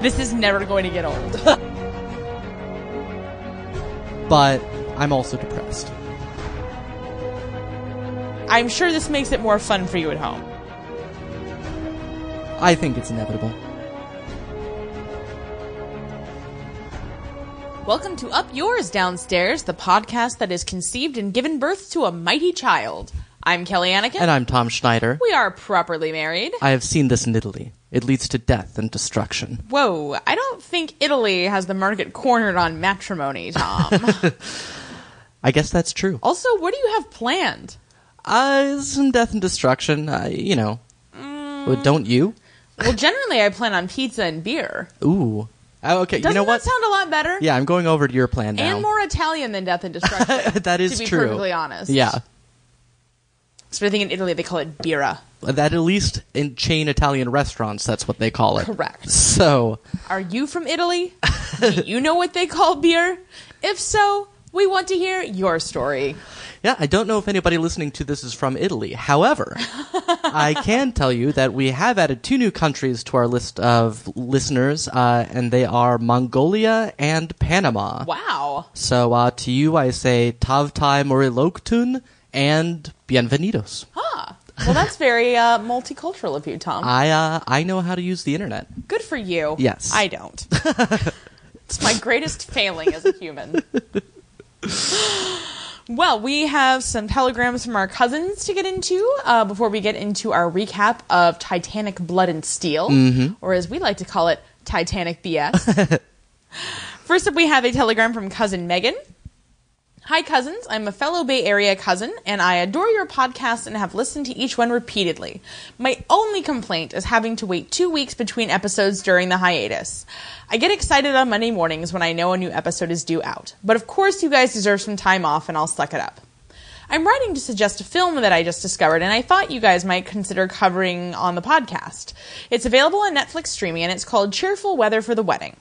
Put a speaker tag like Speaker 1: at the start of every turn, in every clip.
Speaker 1: This is never going to get old.
Speaker 2: but I'm also depressed.
Speaker 1: I'm sure this makes it more fun for you at home.
Speaker 2: I think it's inevitable.
Speaker 1: Welcome to Up Yours Downstairs, the podcast that is conceived and given birth to a mighty child. I'm Kelly Anakin.
Speaker 2: And I'm Tom Schneider.
Speaker 1: we are properly married.
Speaker 2: I have seen this in Italy. It leads to death and destruction.
Speaker 1: Whoa, I don't think Italy has the market cornered on matrimony, Tom.
Speaker 2: I guess that's true.
Speaker 1: also, what do you have planned?
Speaker 2: Uh, some death and destruction, uh, you know.
Speaker 1: Mm.
Speaker 2: Well, don't you?
Speaker 1: Well, generally, I plan on pizza and beer.
Speaker 2: Ooh. Oh, okay,
Speaker 1: Doesn't
Speaker 2: you know
Speaker 1: that
Speaker 2: what?
Speaker 1: sound a lot better?
Speaker 2: yeah, I'm going over to your plan now.
Speaker 1: And more Italian than death and destruction.
Speaker 2: that is
Speaker 1: to be
Speaker 2: true.
Speaker 1: perfectly honest.
Speaker 2: Yeah.
Speaker 1: So I think in Italy they call it birra.
Speaker 2: That at least in chain Italian restaurants, that's what they call it.
Speaker 1: Correct.
Speaker 2: So,
Speaker 1: Are you from Italy? Do you know what they call beer? If so, we want to hear your story.
Speaker 2: yeah, I don't know if anybody listening to this is from Italy. However, I can tell you that we have added two new countries to our list of listeners, uh, and they are Mongolia and Panama.
Speaker 1: Wow.
Speaker 2: So, uh, to you, I say Tavtai Moriloktun and Bienvenidos.
Speaker 1: Ah. Well, that's very uh, multicultural of you, Tom.
Speaker 2: I, uh, I know how to use the internet.
Speaker 1: Good for you.
Speaker 2: Yes.
Speaker 1: I don't. it's my greatest failing as a human. Well, we have some telegrams from our cousins to get into uh, before we get into our recap of Titanic Blood and Steel, or as we like to call it, Titanic BS. First up, we have a telegram from cousin Megan. Hi, cousins. I'm a fellow Bay Area cousin, and I adore your podcast and have listened to each one repeatedly. My only complaint is having to wait two weeks between episodes during the hiatus. I get excited on Monday mornings when I know a new episode is due out, but of course, you guys deserve some time off, and I'll suck it up. I'm writing to suggest a film that I just discovered, and I thought you guys might consider covering on the podcast. It's available on Netflix streaming, and it's called Cheerful Weather for the Wedding.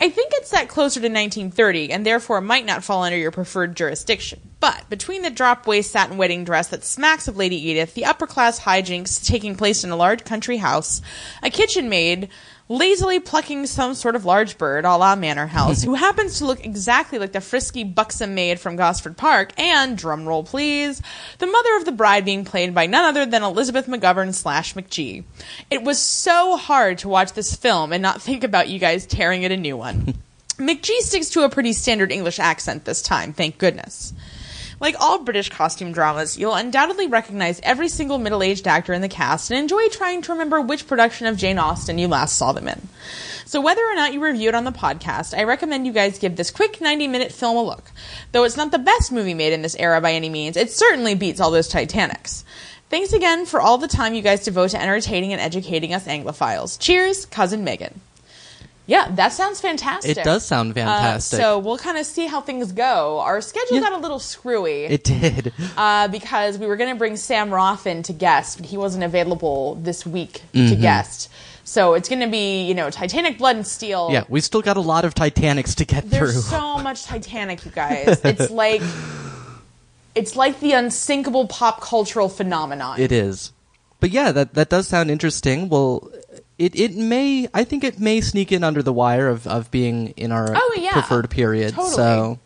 Speaker 1: I think it's set closer to 1930 and therefore might not fall under your preferred jurisdiction. But between the drop waist satin wedding dress that smacks of Lady Edith, the upper class hijinks taking place in a large country house, a kitchen maid lazily plucking some sort of large bird a la Manor House, who happens to look exactly like the frisky, buxom maid from Gosford Park, and, drumroll please, the mother of the bride being played by none other than Elizabeth McGovern slash McGee. It was so hard to watch this film and not think about you guys tearing it a new one. McGee sticks to a pretty standard English accent this time, thank goodness. Like all British costume dramas, you'll undoubtedly recognize every single middle aged actor in the cast and enjoy trying to remember which production of Jane Austen you last saw them in. So, whether or not you review it on the podcast, I recommend you guys give this quick 90 minute film a look. Though it's not the best movie made in this era by any means, it certainly beats all those Titanics. Thanks again for all the time you guys devote to entertaining and educating us Anglophiles. Cheers, Cousin Megan. Yeah, that sounds fantastic.
Speaker 2: It does sound fantastic.
Speaker 1: Uh, so we'll kind of see how things go. Our schedule
Speaker 2: Yeah.
Speaker 1: got a little screwy
Speaker 2: It did.
Speaker 1: uh, because we were going to bring Sam Roffin to guest, but he wasn't available this week to
Speaker 2: Mm-hmm.
Speaker 1: guest. So it's going to be you know Titanic, Blood and Steel.
Speaker 2: Yeah, we still got a lot of Titanics to get
Speaker 1: there's
Speaker 2: through.
Speaker 1: so much Titanic, you guys. It's like it's like the unsinkable pop cultural phenomenon.
Speaker 2: It is. But yeah, that that does sound interesting. Well, it it may I think it may sneak in under the wire of of being in our
Speaker 1: Oh, yeah.
Speaker 2: preferred period.
Speaker 1: Totally.
Speaker 2: So,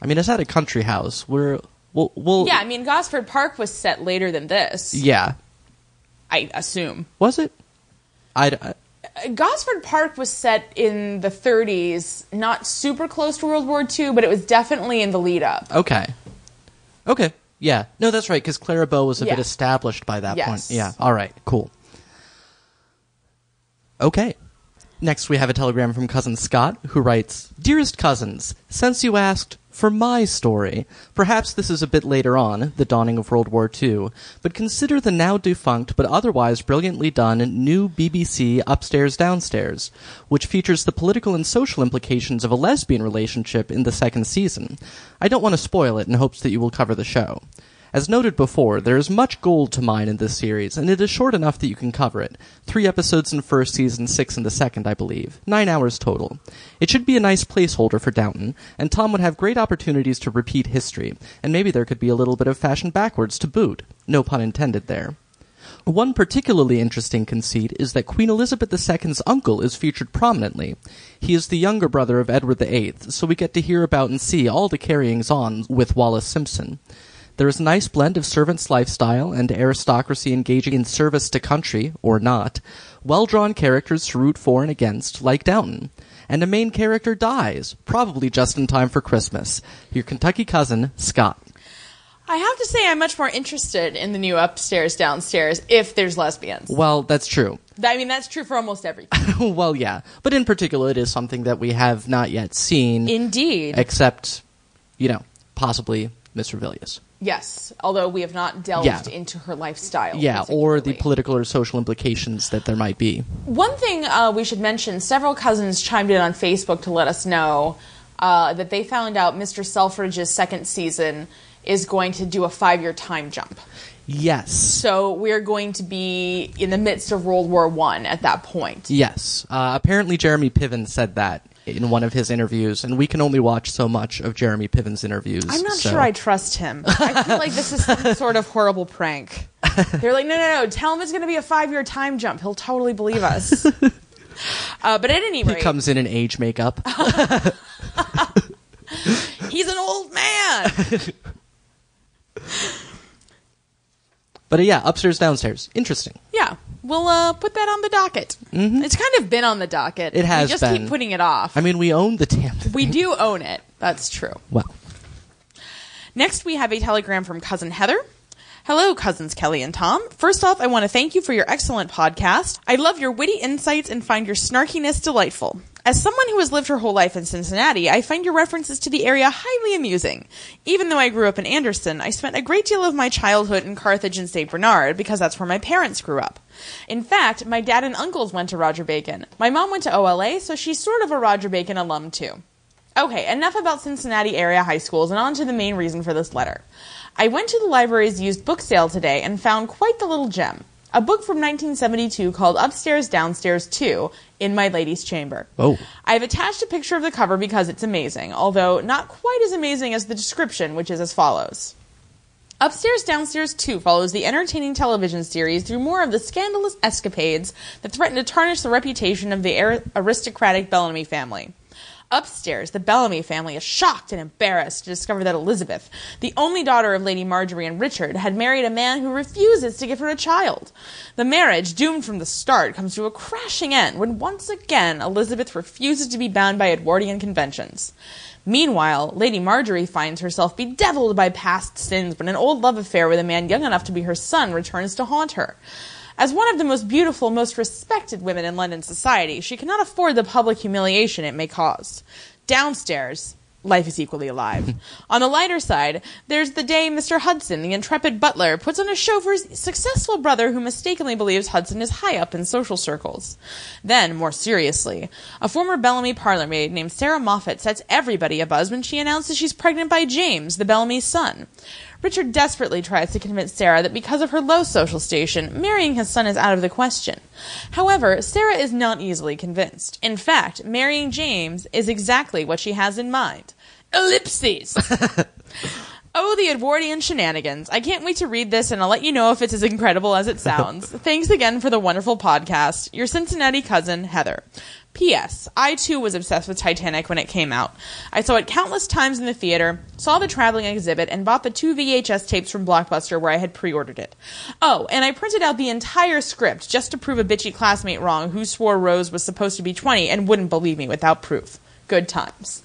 Speaker 2: I mean, it's at a country house. We're we'll, we'll
Speaker 1: yeah, I mean Gosford Park was set later than this.
Speaker 2: yeah.
Speaker 1: I assume. Uh,
Speaker 2: Was it? I'd- I
Speaker 1: Gosford Park was set in the 30s, not super close to World War II, but it was definitely in the lead up.
Speaker 2: okay. Okay. Yeah. No, that's right cuz Clarabelle was a bit
Speaker 1: Yeah.
Speaker 2: established by that
Speaker 1: Yes.
Speaker 2: point. Yeah. All right. Cool. Okay. Next, we have a telegram from Cousin Scott, who writes Dearest cousins, since you asked for my story, perhaps this is a bit later on, the dawning of World War II, but consider the now defunct but otherwise brilliantly done new BBC Upstairs Downstairs, which features the political and social implications of a lesbian relationship in the second season. I don't want to spoil it in hopes that you will cover the show. As noted before, there is much gold to mine in this series, and it is short enough that you can cover it. Three episodes in first season, six in the second, I believe. Nine hours total. It should be a nice placeholder for Downton, and Tom would have great opportunities to repeat history, and maybe there could be a little bit of fashion backwards to boot. No pun intended there. One particularly interesting conceit is that Queen Elizabeth II's uncle is featured prominently. He is the younger brother of Edward VIII, so we get to hear about and see all the carryings on with Wallace Simpson. There is a nice blend of servant's lifestyle and aristocracy engaging in service to country, or not, well drawn characters to root for and against, like Downton. And a main character dies, probably just in time for Christmas. Your Kentucky cousin, Scott.
Speaker 1: I have to say, I'm much more interested in the new upstairs, downstairs if there's lesbians.
Speaker 2: Well, that's true.
Speaker 1: I mean, that's true for almost everything.
Speaker 2: well, yeah. But in particular, it is something that we have not yet seen,
Speaker 1: Indeed.
Speaker 2: except, you know, possibly Miss Revillius.
Speaker 1: yes. Although we have not delved
Speaker 2: Yeah.
Speaker 1: into her lifestyle.
Speaker 2: Yeah, or the
Speaker 1: particularly.
Speaker 2: political or social implications that there might be.
Speaker 1: One thing uh, we should mention several cousins chimed in on Facebook to let us know uh, that they found out Mr. Selfridge's second season is going to do a five year time jump.
Speaker 2: Yes.
Speaker 1: So we're going to be in the midst of World War One at that point.
Speaker 2: Yes. Uh, apparently, Jeremy Piven said that in one of his interviews, and we can only watch so much of Jeremy Piven's interviews.
Speaker 1: I'm not
Speaker 2: so-
Speaker 1: sure I trust him. I feel like this is some sort of horrible prank. They're like, no, no, no. Tell him it's going to be a five year time jump. He'll totally believe us. uh, but at any
Speaker 2: He
Speaker 1: rate,
Speaker 2: comes in in age makeup.
Speaker 1: he's an old man.
Speaker 2: But uh, yeah, upstairs, downstairs. Interesting.
Speaker 1: Yeah, we'll uh, put that on the docket. It's kind of been on the docket.
Speaker 2: Mm-hmm. It has
Speaker 1: We just
Speaker 2: been.
Speaker 1: keep putting it off.
Speaker 2: I mean, we own the damn thing.
Speaker 1: we do own it. That's true.
Speaker 2: Well,
Speaker 1: Next, we have a telegram from Cousin Heather. Hello, cousins Kelly and Tom. First off, I want to thank you for your excellent podcast. I love your witty insights and find your snarkiness delightful. As someone who has lived her whole life in Cincinnati, I find your references to the area highly amusing. Even though I grew up in Anderson, I spent a great deal of my childhood in Carthage and St. Bernard because that's where my parents grew up. In fact, my dad and uncles went to Roger Bacon. My mom went to OLA, so she's sort of a Roger Bacon alum too. Okay, enough about Cincinnati area high schools and on to the main reason for this letter. I went to the library's used book sale today and found quite the little gem. A book from 1972 called Upstairs Downstairs 2 in My Lady's Chamber.
Speaker 2: Oh.
Speaker 1: I've attached a picture of the cover because it's amazing, although not quite as amazing as the description, which is as follows. Upstairs Downstairs 2 follows the entertaining television series through more of the scandalous escapades that threaten to tarnish the reputation of the ar- aristocratic Bellamy family. Upstairs, the Bellamy family is shocked and embarrassed to discover that Elizabeth, the only daughter of Lady Marjorie and Richard, had married a man who refuses to give her a child. The marriage, doomed from the start, comes to a crashing end when once again Elizabeth refuses to be bound by Edwardian conventions. Meanwhile, Lady Marjorie finds herself bedeviled by past sins when an old love affair with a man young enough to be her son returns to haunt her. As one of the most beautiful, most respected women in London society, she cannot afford the public humiliation it may cause. Downstairs, life is equally alive. on the lighter side, there's the day Mr. Hudson, the intrepid butler, puts on a show for his successful brother who mistakenly believes Hudson is high up in social circles. Then, more seriously, a former Bellamy parlormaid named Sarah Moffat sets everybody abuzz when she announces she's pregnant by James, the Bellamy's son. Richard desperately tries to convince Sarah that because of her low social station, marrying his son is out of the question. However, Sarah is not easily convinced. In fact, marrying James is exactly what she has in mind. Ellipses! oh, the Edwardian shenanigans. I can't wait to read this, and I'll let you know if it's as incredible as it sounds. Thanks again for the wonderful podcast. Your Cincinnati cousin, Heather. P.S. I too was obsessed with Titanic when it came out. I saw it countless times in the theater, saw the traveling exhibit, and bought the two VHS tapes from Blockbuster where I had pre ordered it. Oh, and I printed out the entire script just to prove a bitchy classmate wrong who swore Rose was supposed to be 20 and wouldn't believe me without proof. Good times.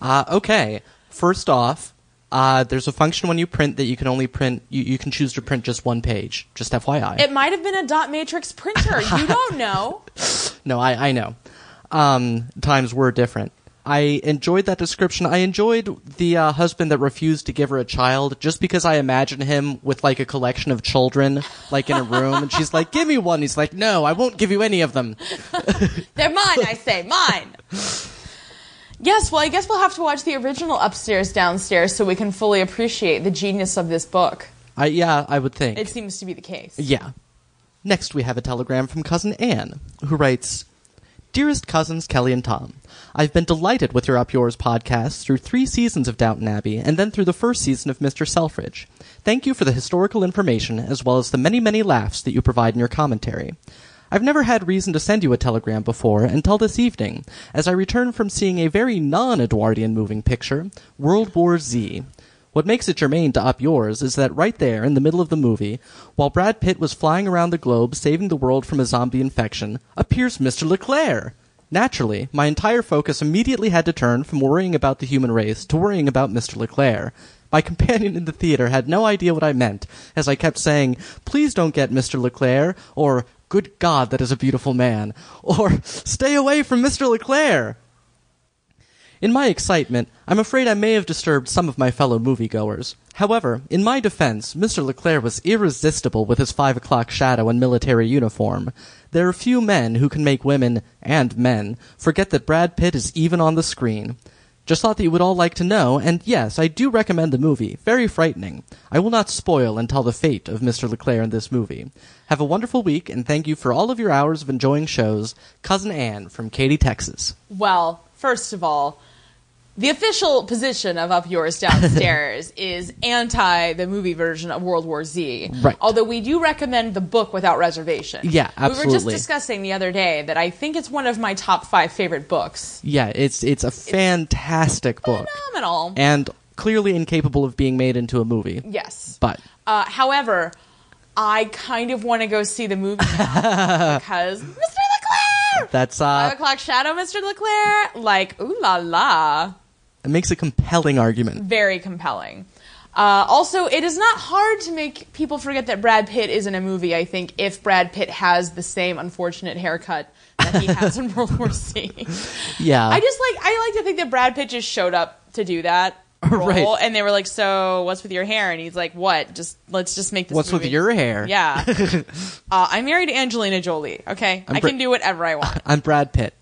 Speaker 2: Uh, okay. First off, uh, there's a function when you print that you can only print. You, you can choose to print just one page. Just FYI.
Speaker 1: It might have been a dot matrix printer. You don't know.
Speaker 2: no, I, I know. Um, times were different. I enjoyed that description. I enjoyed the uh, husband that refused to give her a child just because I imagine him with like a collection of children, like in a room, and she's like, "Give me one." He's like, "No, I won't give you any of them."
Speaker 1: They're mine, I say, mine. Yes, well, I guess we'll have to watch the original upstairs, downstairs so we can fully appreciate the genius of this book.
Speaker 2: I yeah, I would think.
Speaker 1: It seems to be the case.
Speaker 2: Yeah. Next, we have a telegram from Cousin Anne, who writes Dearest cousins Kelly and Tom, I've been delighted with your Up Yours podcast through three seasons of Downton Abbey and then through the first season of Mr. Selfridge. Thank you for the historical information as well as the many, many laughs that you provide in your commentary. I've never had reason to send you a telegram before until this evening, as I return from seeing a very non Edwardian moving picture, World War Z. What makes it germane to Up Yours is that right there in the middle of the movie, while Brad Pitt was flying around the globe saving the world from a zombie infection, appears Mr. Leclerc. Naturally, my entire focus immediately had to turn from worrying about the human race to worrying about Mr. Leclerc. My companion in the theater had no idea what I meant, as I kept saying, Please don't get Mr. Leclerc, or Good God, that is a beautiful man, or Stay away from Mr. Leclerc. In my excitement, I'm afraid I may have disturbed some of my fellow moviegoers. However, in my defense, Mr. Leclerc was irresistible with his five o'clock shadow and military uniform. There are few men who can make women, and men, forget that Brad Pitt is even on the screen. Just thought that you would all like to know, and yes, I do recommend the movie. Very frightening. I will not spoil and tell the fate of Mr. Leclerc in this movie. Have a wonderful week, and thank you for all of your hours of enjoying shows. Cousin Anne from Katy, Texas.
Speaker 1: Well, first of all, the official position of Up Yours Downstairs is anti the movie version of World War Z.
Speaker 2: Right.
Speaker 1: Although we do recommend the book without reservation.
Speaker 2: Yeah,
Speaker 1: We were just
Speaker 2: absolutely.
Speaker 1: discussing the other day that I think it's one of my top five favorite books.
Speaker 2: Yeah, it's it's a fantastic
Speaker 1: Oh,
Speaker 2: book,
Speaker 1: Phenomenal.
Speaker 2: and clearly incapable of being made into a movie.
Speaker 1: yes.
Speaker 2: But
Speaker 1: Uh, however, I kind of want to go see the movie now because Mr. Leclerc!
Speaker 2: that's
Speaker 1: Five
Speaker 2: uh,
Speaker 1: o'clock shadow, Mr. Leclerc. Like, ooh la la.
Speaker 2: it makes a compelling argument.
Speaker 1: very compelling. Uh, also, it is not hard to make people forget that Brad Pitt is in a movie. I think if Brad Pitt has the same unfortunate haircut that he has in World War C,
Speaker 2: Yeah,
Speaker 1: I just like I like to think that Brad Pitt just showed up to do that role,
Speaker 2: Right.
Speaker 1: and they were like, "So, what's with your hair?" And he's like, "What? Just let's just make this."
Speaker 2: what's with
Speaker 1: movie."
Speaker 2: your hair?
Speaker 1: Yeah, uh, I married Angelina Jolie. Okay, I
Speaker 2: Bra-
Speaker 1: can do whatever I want.
Speaker 2: I'm Brad Pitt.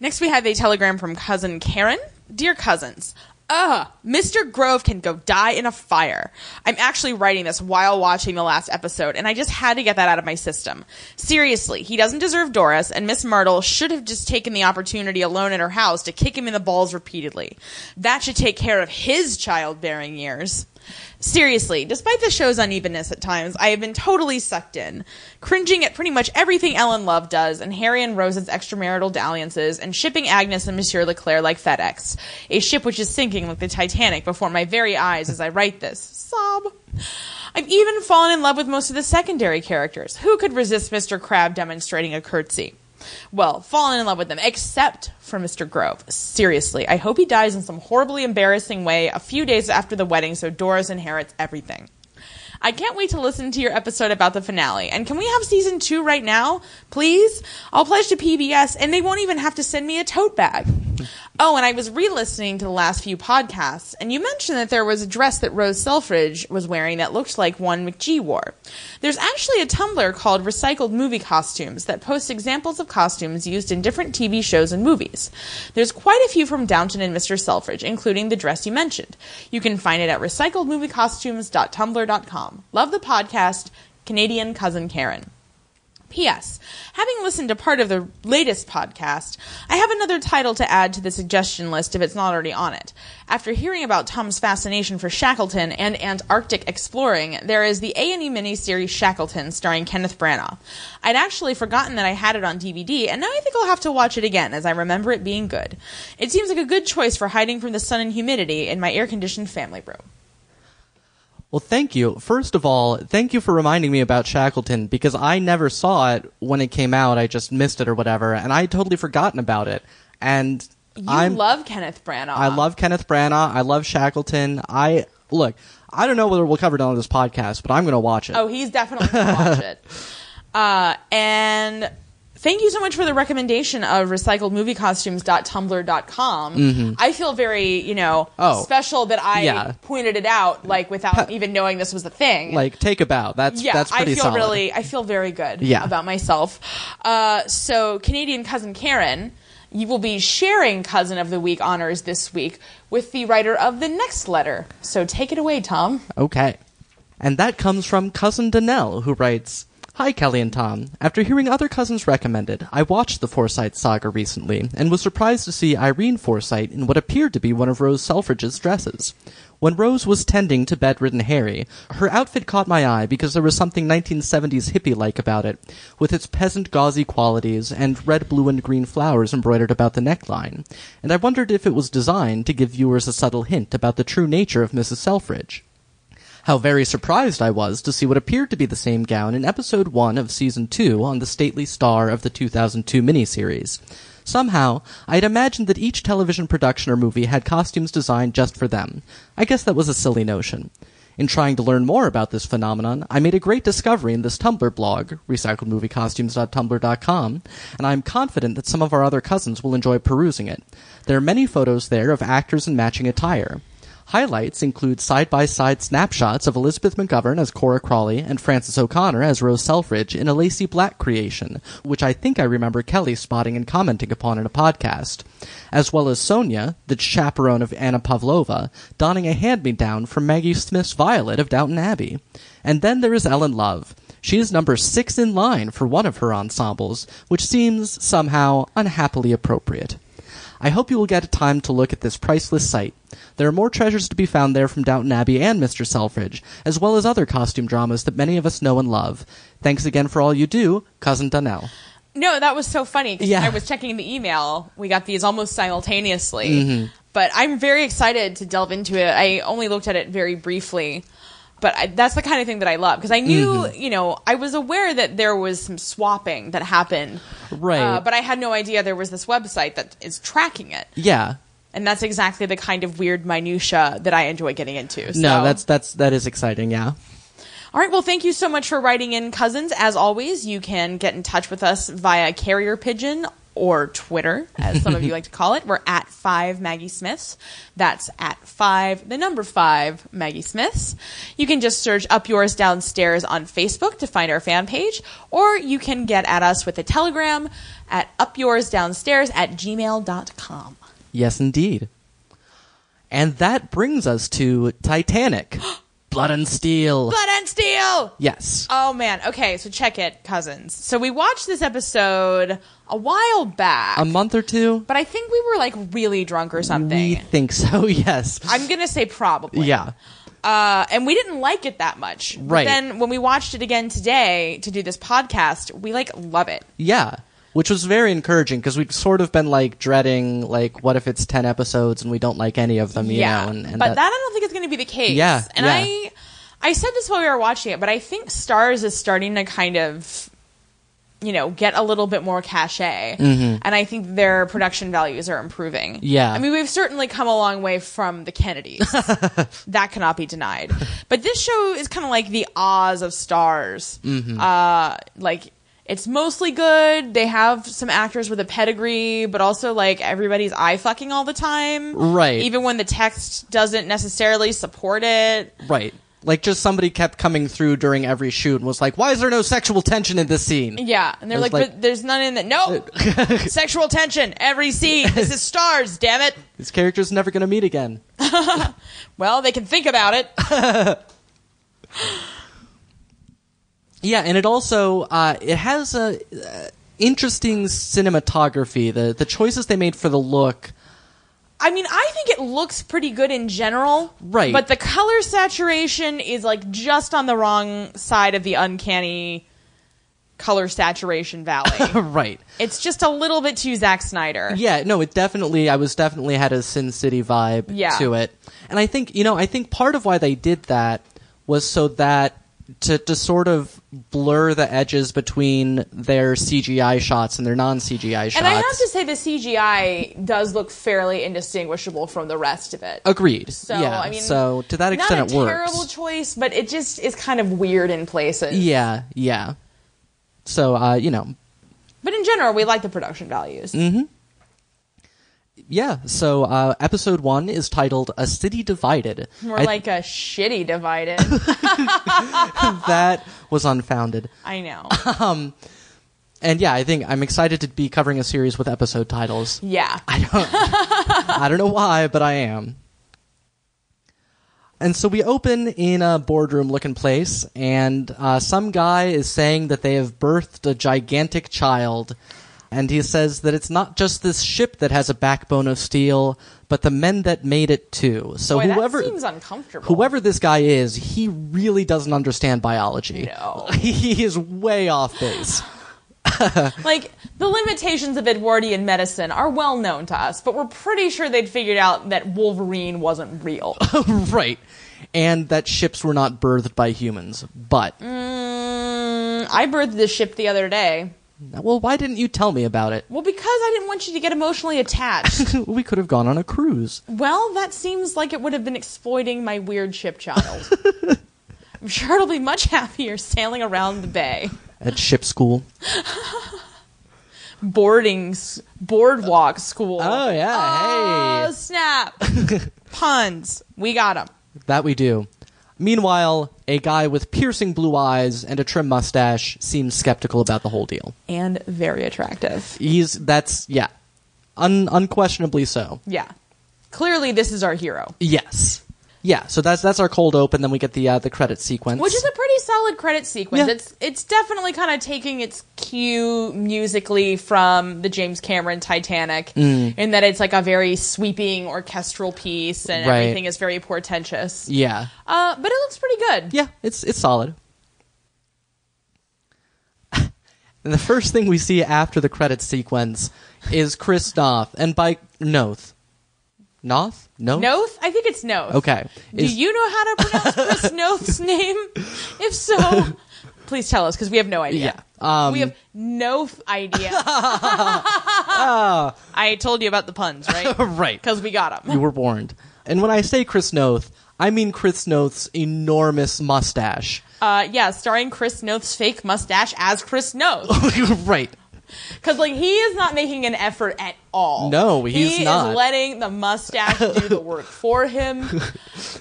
Speaker 1: Next, we have a telegram from cousin Karen. Dear cousins, ugh, Mr. Grove can go die in a fire. I'm actually writing this while watching the last episode, and I just had to get that out of my system. Seriously, he doesn't deserve Doris, and Miss Myrtle should have just taken the opportunity alone at her house to kick him in the balls repeatedly. That should take care of his childbearing years. Seriously, despite the show's unevenness at times, I have been totally sucked in, cringing at pretty much everything Ellen Love does, and Harry and Rose's extramarital dalliances, and shipping Agnes and Monsieur Leclerc like FedEx, a ship which is sinking like the Titanic before my very eyes as I write this. Sob. I've even fallen in love with most of the secondary characters. Who could resist Mr. Crab demonstrating a curtsy? Well, fallen in love with them, except for Mr. Grove. Seriously, I hope he dies in some horribly embarrassing way a few days after the wedding so Doris inherits everything. I can't wait to listen to your episode about the finale. And can we have season two right now, please? I'll pledge to PBS and they won't even have to send me a tote bag. Oh, and I was re listening to the last few podcasts, and you mentioned that there was a dress that Rose Selfridge was wearing that looked like one McGee wore. There's actually a Tumblr called Recycled Movie Costumes that posts examples of costumes used in different TV shows and movies. There's quite a few from Downton and Mr. Selfridge, including the dress you mentioned. You can find it at recycledmoviecostumes.tumblr.com. Love the podcast, Canadian Cousin Karen. P.S. Having listened to part of the latest podcast, I have another title to add to the suggestion list if it's not already on it. After hearing about Tom's fascination for Shackleton and Antarctic exploring, there is the A&E miniseries Shackleton starring Kenneth Branagh. I'd actually forgotten that I had it on DVD, and now I think I'll have to watch it again as I remember it being good. It seems like a good choice for hiding from the sun and humidity in my air-conditioned family room.
Speaker 2: Well, thank you. First of all, thank you for reminding me about Shackleton because I never saw it when it came out. I just missed it or whatever, and I had totally forgotten about it. And
Speaker 1: You
Speaker 2: I'm
Speaker 1: love Kenneth Branagh.
Speaker 2: I love Kenneth Branagh. I love Shackleton. I look. I don't know whether we'll cover it on this podcast, but I'm going to watch it.
Speaker 1: Oh, he's definitely going to watch it. Uh, and thank you so much for the recommendation of recycledmoviecostumes.tumblr.com. I feel very, you know,
Speaker 2: Mm-hmm. Oh.
Speaker 1: special that I
Speaker 2: Yeah.
Speaker 1: pointed it out, like without even knowing this was the thing.
Speaker 2: Like take a bow. That's
Speaker 1: yeah,
Speaker 2: that's pretty
Speaker 1: I feel
Speaker 2: solid.
Speaker 1: really, I feel very good
Speaker 2: Yeah.
Speaker 1: about myself. Uh, so, Canadian cousin Karen, you will be sharing cousin of the week honors this week with the writer of the next letter. So, take it away, Tom.
Speaker 2: Okay. And that comes from cousin Danelle, who writes Hi, Kelly and Tom. After hearing other cousins recommended, I watched the Forsyte saga recently and was surprised to see Irene Forsyte in what appeared to be one of Rose Selfridge's dresses. When Rose was tending to bedridden Harry, her outfit caught my eye because there was something 1970s hippie like about it, with its peasant gauzy qualities and red, blue, and green flowers embroidered about the neckline. And I wondered if it was designed to give viewers a subtle hint about the true nature of Mrs. Selfridge how very surprised I was to see what appeared to be the same gown in episode 1 of season 2 on the stately star of the 2002 miniseries. Somehow, I had imagined that each television production or movie had costumes designed just for them. I guess that was a silly notion. In trying to learn more about this phenomenon, I made a great discovery in this Tumblr blog, recycledmoviecostumes.tumblr.com, and I am confident that some of our other cousins will enjoy perusing it. There are many photos there of actors in matching attire. Highlights include side by side snapshots of Elizabeth McGovern as Cora Crawley and Frances O'Connor as Rose Selfridge in a Lacey Black creation, which I think I remember Kelly spotting and commenting upon in a podcast, as well as Sonia, the chaperone of Anna Pavlova, donning a hand me down from Maggie Smith's Violet of Downton Abbey. And then there is Ellen Love. She is number six in line for one of her ensembles, which seems somehow unhappily appropriate. I hope you will get a time to look at this priceless site. There are more treasures to be found there from Downton Abbey and Mr. Selfridge, as well as other costume dramas that many of us know and love. Thanks again for all you do, Cousin Donnell.
Speaker 1: No, that was so funny. 'cause
Speaker 2: Yeah.
Speaker 1: I was checking the email. We got these almost simultaneously.
Speaker 2: Mm-hmm.
Speaker 1: But I'm very excited to delve into it. I only looked at it very briefly. But I, that's the kind of thing that I love because I knew,
Speaker 2: Mm-hmm.
Speaker 1: you know, I was aware that there was some swapping that happened.
Speaker 2: Right.
Speaker 1: Uh, but I had no idea there was this website that is tracking it.
Speaker 2: Yeah.
Speaker 1: And that's exactly the kind of weird minutia that I enjoy getting into. So.
Speaker 2: No, that's that's that is exciting, yeah.
Speaker 1: All right. Well, thank you so much for writing in, cousins. As always, you can get in touch with us via carrier pigeon or Twitter, as some of you like to call it. We're at five Maggie Smiths. That's at five, the number five Maggie Smiths. You can just search up yours downstairs on Facebook to find our fan page, or you can get at us with a telegram at upyoursdownstairs at gmail.com.
Speaker 2: Yes indeed. And that brings us to Titanic. Blood and Steel.
Speaker 1: Blood and steel!
Speaker 2: yes.
Speaker 1: Oh man. Okay, so check it, cousins. So we watched this episode a while back.
Speaker 2: a month or two?
Speaker 1: but I think we were like really drunk or something.
Speaker 2: We think so, yes.
Speaker 1: I'm gonna say probably.
Speaker 2: yeah.
Speaker 1: Uh, and we didn't like it that much. But
Speaker 2: Right.
Speaker 1: then when we watched it again today to do this podcast, we like love it.
Speaker 2: Yeah. Which was very encouraging because we've sort of been like dreading, like, what if it's 10 episodes and we don't like any of them, you know? And, and
Speaker 1: but that, I don't think is going to be the case.
Speaker 2: Yeah,
Speaker 1: and
Speaker 2: yeah.
Speaker 1: I, I said this while we were watching it, but I think Stars is starting to kind of, you know, get a little bit more cachet, and I think their production values are improving.
Speaker 2: Mm-hmm. Yeah.
Speaker 1: I mean, we've certainly come a long way from the Kennedys. that cannot be denied. But this show is kind of like the Oz of Stars.
Speaker 2: Mm-hmm. Mm.
Speaker 1: Uh, like. It's mostly good. They have some actors with a pedigree, but also like everybody's eye fucking all the time.
Speaker 2: Right.
Speaker 1: Even when the text doesn't necessarily support it.
Speaker 2: Right. Like just somebody kept coming through during every shoot and was like, "Why is there no sexual tension in this scene?"
Speaker 1: Yeah. And they're
Speaker 2: It's
Speaker 1: like,
Speaker 2: like-
Speaker 1: but there's none in that. No! Sexual tension, every scene. This is stars, damn it.
Speaker 2: This character's never going to meet again.
Speaker 1: Well, they can think about it.
Speaker 2: Yeah, and it also uh, it has a uh, interesting cinematography. The the choices they made for the look.
Speaker 1: I mean, I think it looks pretty good in general.
Speaker 2: Right.
Speaker 1: But the color saturation is like just on the wrong side of the uncanny color saturation valley.
Speaker 2: right.
Speaker 1: it's just a little bit too Zack Snyder.
Speaker 2: Yeah, no, it definitely I was definitely had a Sin City vibe
Speaker 1: Yeah.
Speaker 2: to it. And I think, you know, I think part of why they did that was so that to to sort of blur the edges between their CGI shots and their non-CGI shots.
Speaker 1: And I have to say, the CGI does look fairly indistinguishable from the rest of it.
Speaker 2: Agreed.
Speaker 1: So
Speaker 2: yeah.
Speaker 1: I mean,
Speaker 2: so to that extent,
Speaker 1: not a
Speaker 2: it works.
Speaker 1: terrible choice, but it just is kind of weird in places.
Speaker 2: yeah. Yeah. So uh, you know,
Speaker 1: But in general, we like the production values.
Speaker 2: Mm-hmm. yeah. So uh, episode one is titled "A City Divided."
Speaker 1: We're
Speaker 2: I-
Speaker 1: like a shitty divided.
Speaker 2: that was unfounded.
Speaker 1: I know.
Speaker 2: And yeah, I think I'm excited to be covering a series with episode titles.
Speaker 1: Yeah.
Speaker 2: I don't I don't know why, but I am. And so we open in a boardroom looking place, and uh, some guy is saying that they have birthed a gigantic child. And he says that it's not just this ship that has a backbone of steel, but the men that made it too. So
Speaker 1: Boy,
Speaker 2: whoever
Speaker 1: that seems uncomfortable.
Speaker 2: whoever this guy is, he really doesn't understand biology.
Speaker 1: No.
Speaker 2: he is way off base.
Speaker 1: like the limitations of Edwardian medicine are well known to us, but we're pretty sure they'd figured out that Wolverine wasn't real.
Speaker 2: right. And that ships were not birthed by humans. But
Speaker 1: mm, I birthed this ship the other day.
Speaker 2: well, why didn't you tell me about it?
Speaker 1: Well, because I didn't want you to get emotionally attached.
Speaker 2: we could have gone on a cruise.
Speaker 1: well, that seems like it would have been exploiting my weird ship child. I'm sure it'll be much happier sailing around the bay,
Speaker 2: at ship school.
Speaker 1: boarding, s- boardwalk school.
Speaker 2: Oh, yeah,
Speaker 1: Oh,
Speaker 2: hey.
Speaker 1: snap! Puns. We got them.
Speaker 2: That we do. Meanwhile, a guy with piercing blue eyes and a trim mustache seems skeptical about the whole deal.
Speaker 1: And very attractive.
Speaker 2: He's that's yeah, un- unquestionably so.
Speaker 1: Yeah. Clearly, this is our hero,
Speaker 2: Yes, yeah. So that's that's our cold open. Then we get the uh, the credit sequence,
Speaker 1: which is a pretty solid credit sequence.
Speaker 2: Yeah.
Speaker 1: It's it's definitely kind of taking its cue musically from the James Cameron Titanic,
Speaker 2: Mm.
Speaker 1: in that it's like a very sweeping orchestral piece, and
Speaker 2: Right.
Speaker 1: everything is very portentous.
Speaker 2: yeah,
Speaker 1: Uh, but it looks pretty good.
Speaker 2: yeah. It's it's solid. and the first thing we see after the credit sequence is Chris Noth, and by Noth, Noth, Noth,
Speaker 1: Noth, I think it's Noth.
Speaker 2: Okay,
Speaker 1: Do
Speaker 2: Is-
Speaker 1: you know how to pronounce Chris Noth's name? If so, please tell us because we have no idea.
Speaker 2: Yeah, um,
Speaker 1: we have no f- idea.
Speaker 2: Ah.
Speaker 1: I told you about the puns, right?
Speaker 2: right.
Speaker 1: Because we got
Speaker 2: You
Speaker 1: them.
Speaker 2: were warned. And when I say Chris Noth, I mean Chris Noth's enormous mustache.
Speaker 1: Uh, yeah, starring Chris Noth's fake mustache as Chris Noth.
Speaker 2: right.
Speaker 1: Because like he is not making an effort at all.
Speaker 2: No, he's
Speaker 1: he
Speaker 2: not.
Speaker 1: is letting the mustache do the work for him,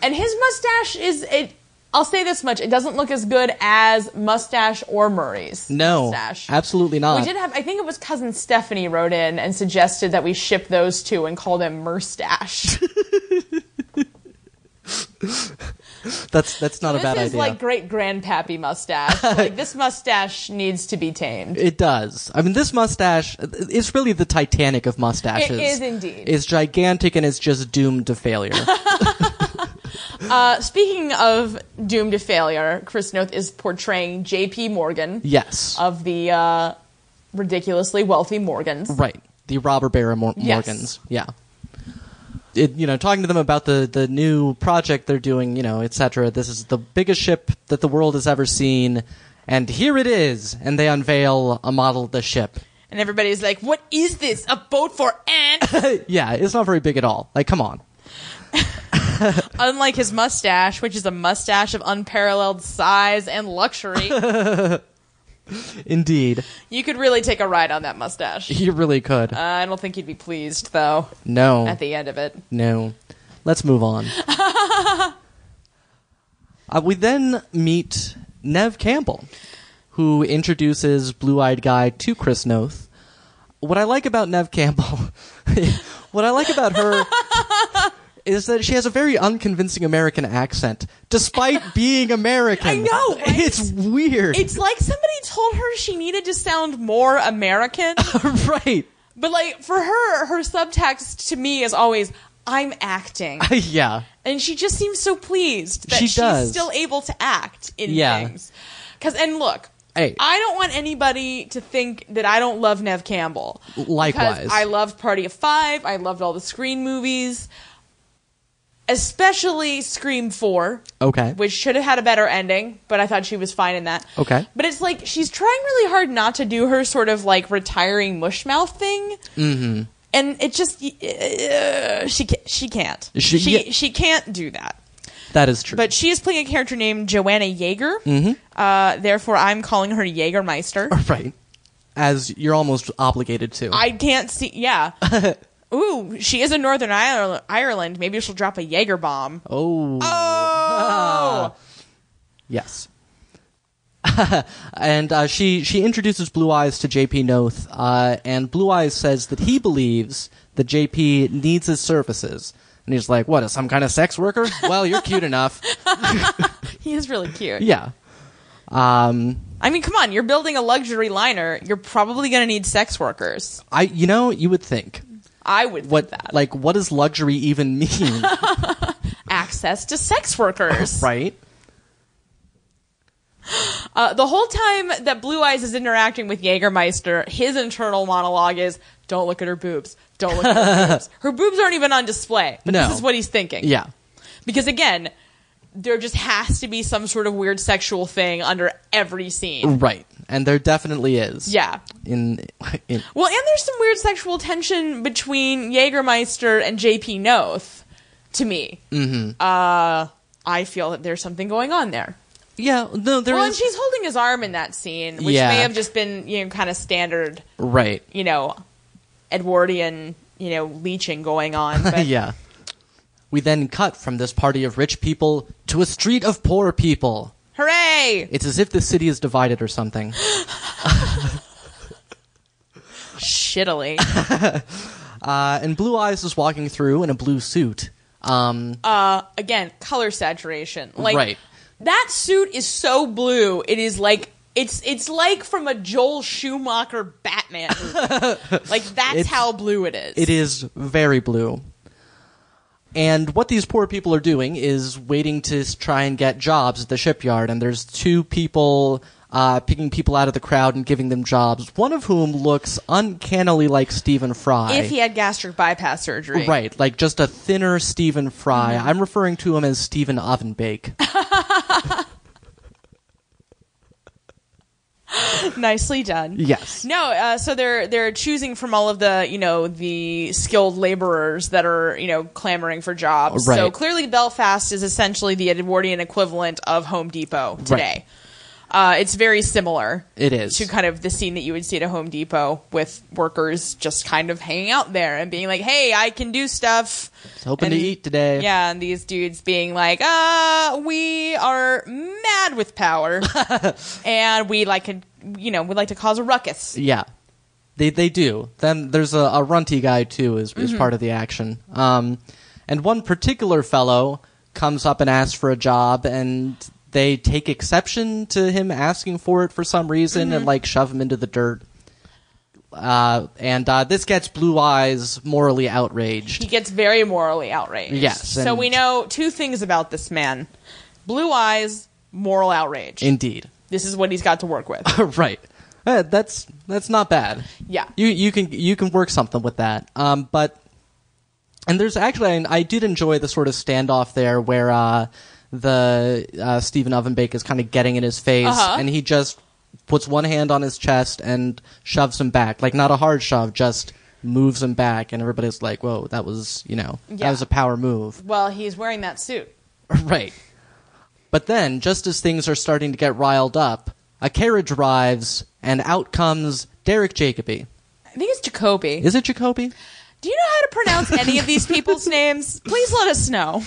Speaker 1: and his mustache is it. I'll say this much: it doesn't look as good as mustache or Murray's.
Speaker 2: No.
Speaker 1: mustache.
Speaker 2: Absolutely not.
Speaker 1: We did have. I think it was cousin Stephanie wrote in and suggested that we ship those two and call them Murstache.
Speaker 2: that's that's not a
Speaker 1: this
Speaker 2: bad
Speaker 1: is
Speaker 2: idea.
Speaker 1: like great grandpappy mustache. like this mustache needs to be tamed.
Speaker 2: it does. I mean, this mustache is really the Titanic of mustaches.
Speaker 1: It is indeed.
Speaker 2: It's gigantic and it's just doomed to failure.
Speaker 1: Uh, speaking of doomed to failure, Chris Noth is portraying J.P. Morgan.
Speaker 2: yes.
Speaker 1: of the uh, ridiculously wealthy Morgans.
Speaker 2: right. The robber baron Mor-
Speaker 1: Yes.
Speaker 2: Morgans. Yeah. It, you know, talking to them about the, the new project they're doing, you know, etc. This is the biggest ship that the world has ever seen, and here it is. And they unveil a model of the ship.
Speaker 1: And everybody's like, what is this? A boat for ants?
Speaker 2: yeah, it's not very big at all. Like, come on.
Speaker 1: Unlike his mustache, which is a mustache of unparalleled size and luxury,
Speaker 2: Indeed.
Speaker 1: you could really take a ride on that mustache. Uh,
Speaker 2: You really could.
Speaker 1: I don't think you'd be pleased, though,
Speaker 2: no.
Speaker 1: at the end of it.
Speaker 2: no. Let's move on. uh, we then meet Nev Campbell, who introduces Blue Eyed Guy to Chris Noth. What I like about Nev Campbell, what I like about her is that she has a very unconvincing American accent, despite being American.
Speaker 1: I know, right?
Speaker 2: It's weird.
Speaker 1: It's like somebody told her she needed to sound more American,
Speaker 2: right.
Speaker 1: but like for her, her subtext to me is always, I'm acting.
Speaker 2: yeah.
Speaker 1: and she just seems so pleased that
Speaker 2: She
Speaker 1: she's
Speaker 2: does.
Speaker 1: still able to act in
Speaker 2: Yeah.
Speaker 1: things. Because and look,
Speaker 2: Hey.
Speaker 1: I don't want anybody to think that I don't love Nev Campbell.
Speaker 2: Likewise.
Speaker 1: because I loved Party of Five. I loved all the Scream movies, especially Scream Four,
Speaker 2: Okay.
Speaker 1: which should have had a better ending, but I thought she was fine in that.
Speaker 2: Okay.
Speaker 1: but it's like she's trying really hard not to do her sort of like retiring mushmouth thing. Mm-hmm. And it just uh, she ca- she can't
Speaker 2: She-
Speaker 1: she,
Speaker 2: yeah.
Speaker 1: she can't do that.
Speaker 2: That is true.
Speaker 1: But she is playing a character named Joanna Jaeger.
Speaker 2: Mm-hmm.
Speaker 1: Uh, therefore, I'm calling her Jaegermeister.
Speaker 2: right. As you're almost obligated to.
Speaker 1: I can't see. Yeah. Ooh, she is in Northern Ire- Ireland. Maybe she'll drop a Jaeger bomb.
Speaker 2: oh.
Speaker 1: Oh.
Speaker 2: Yes. and uh, she she introduces Blue Eyes to JP Noth, uh, and Blue Eyes says that he believes that JP needs his services, And he's like, "What? Some kind of sex worker? well, you're cute enough."
Speaker 1: He is really cute.
Speaker 2: Yeah. Um,
Speaker 1: I mean, come on, you're building a luxury liner. You're probably going to need sex workers.
Speaker 2: I you know you would think
Speaker 1: I would
Speaker 2: what
Speaker 1: think that.
Speaker 2: like what does luxury even mean,
Speaker 1: Access to sex workers.
Speaker 2: right?
Speaker 1: Uh, the whole time that Blue Eyes is interacting with Jägermeister, his internal monologue is, "Don't look at her boobs. Don't look at her boobs. Her boobs aren't even on display." But
Speaker 2: No.
Speaker 1: this is what he's thinking.
Speaker 2: Yeah.
Speaker 1: Because again, there just has to be some sort of weird sexual thing under every scene.
Speaker 2: Right. And there definitely is.
Speaker 1: Yeah.
Speaker 2: In, in
Speaker 1: Well, and there's some weird sexual tension between Jägermeister and JP Noth to me. Mm-hmm. Uh, I feel that there's something going on there.
Speaker 2: yeah, no there is
Speaker 1: well, and she's holding his arm in that scene, which
Speaker 2: Yeah.
Speaker 1: may have just been, you know, kind of standard,
Speaker 2: right.
Speaker 1: you know, Edwardian, you know, leeching going on. But
Speaker 2: yeah. We then cut from this party of rich people to a street of poor people.
Speaker 1: hooray!
Speaker 2: It's as if the city is divided or something.
Speaker 1: Shittily.
Speaker 2: Uh, and Blue Eyes is walking through in a blue suit. Um,
Speaker 1: Uh, again, color saturation. Like
Speaker 2: Right.
Speaker 1: that suit is so blue, it is like it's it's like from a Joel Schumacher Batman. movie. like that's
Speaker 2: It's-
Speaker 1: how blue it is.
Speaker 2: it is very blue. And what these poor people are doing is waiting to s- try and get jobs at the shipyard. And there's two people uh, picking people out of the crowd and giving them jobs, one of whom looks uncannily like Stephen Fry.
Speaker 1: If he had gastric bypass surgery,
Speaker 2: Right, like just a thinner Stephen Fry.
Speaker 1: Mm-hmm.
Speaker 2: I'm referring to him as Stephen Ovenbake.
Speaker 1: Nicely done.
Speaker 2: yes.
Speaker 1: No, uh, so they're they're choosing from all of the you know the skilled laborers that are you know clamoring for jobs. So
Speaker 2: Right.
Speaker 1: clearly, Belfast is essentially the Edwardian equivalent of Home Depot today. Uh, it's very similar.
Speaker 2: It is.
Speaker 1: to kind of the scene that you would see at a Home Depot with workers just kind of hanging out there and being like, "Hey, I can do stuff."
Speaker 2: Hoping to
Speaker 1: And-
Speaker 2: eat today.
Speaker 1: Yeah, and these dudes being like, "Uh, we are mad with power, and we like to, you know, we like to cause a ruckus."
Speaker 2: Yeah. They they do. Then there's a, a runty guy too is,
Speaker 1: Mm-hmm.
Speaker 2: is part of the action. Um and one particular fellow comes up and asks for a job and they take exception to him asking for it for some reason
Speaker 1: Mm-hmm.
Speaker 2: and like shove him into the dirt. Uh, and uh, this gets Blue Eyes morally outraged.
Speaker 1: He gets very morally outraged.
Speaker 2: Yes,
Speaker 1: so
Speaker 2: and-
Speaker 1: we know two things about this man: blue eyes, moral outrage.
Speaker 2: Indeed.
Speaker 1: this is what he's got to work with.
Speaker 2: right. Uh, that's that's not bad.
Speaker 1: Yeah.
Speaker 2: You you can you can work something with that. Um, but and there's actually and I did enjoy the sort of standoff there where uh, the uh, Stephen Ovenbake is kind of getting in his face
Speaker 1: Uh-huh.
Speaker 2: and he just puts one hand on his chest and shoves him back like not a hard shove just moves him back and everybody's like whoa that was you know that
Speaker 1: Yeah.
Speaker 2: was a power move
Speaker 1: well, he's wearing that suit.
Speaker 2: Right. But then, just as things are starting to get riled up, a carriage arrives, and out comes Derek Jacoby.
Speaker 1: I think it's Jacoby.
Speaker 2: Is it Jacoby?
Speaker 1: Do you know how to pronounce any of these people's names? Please let us know.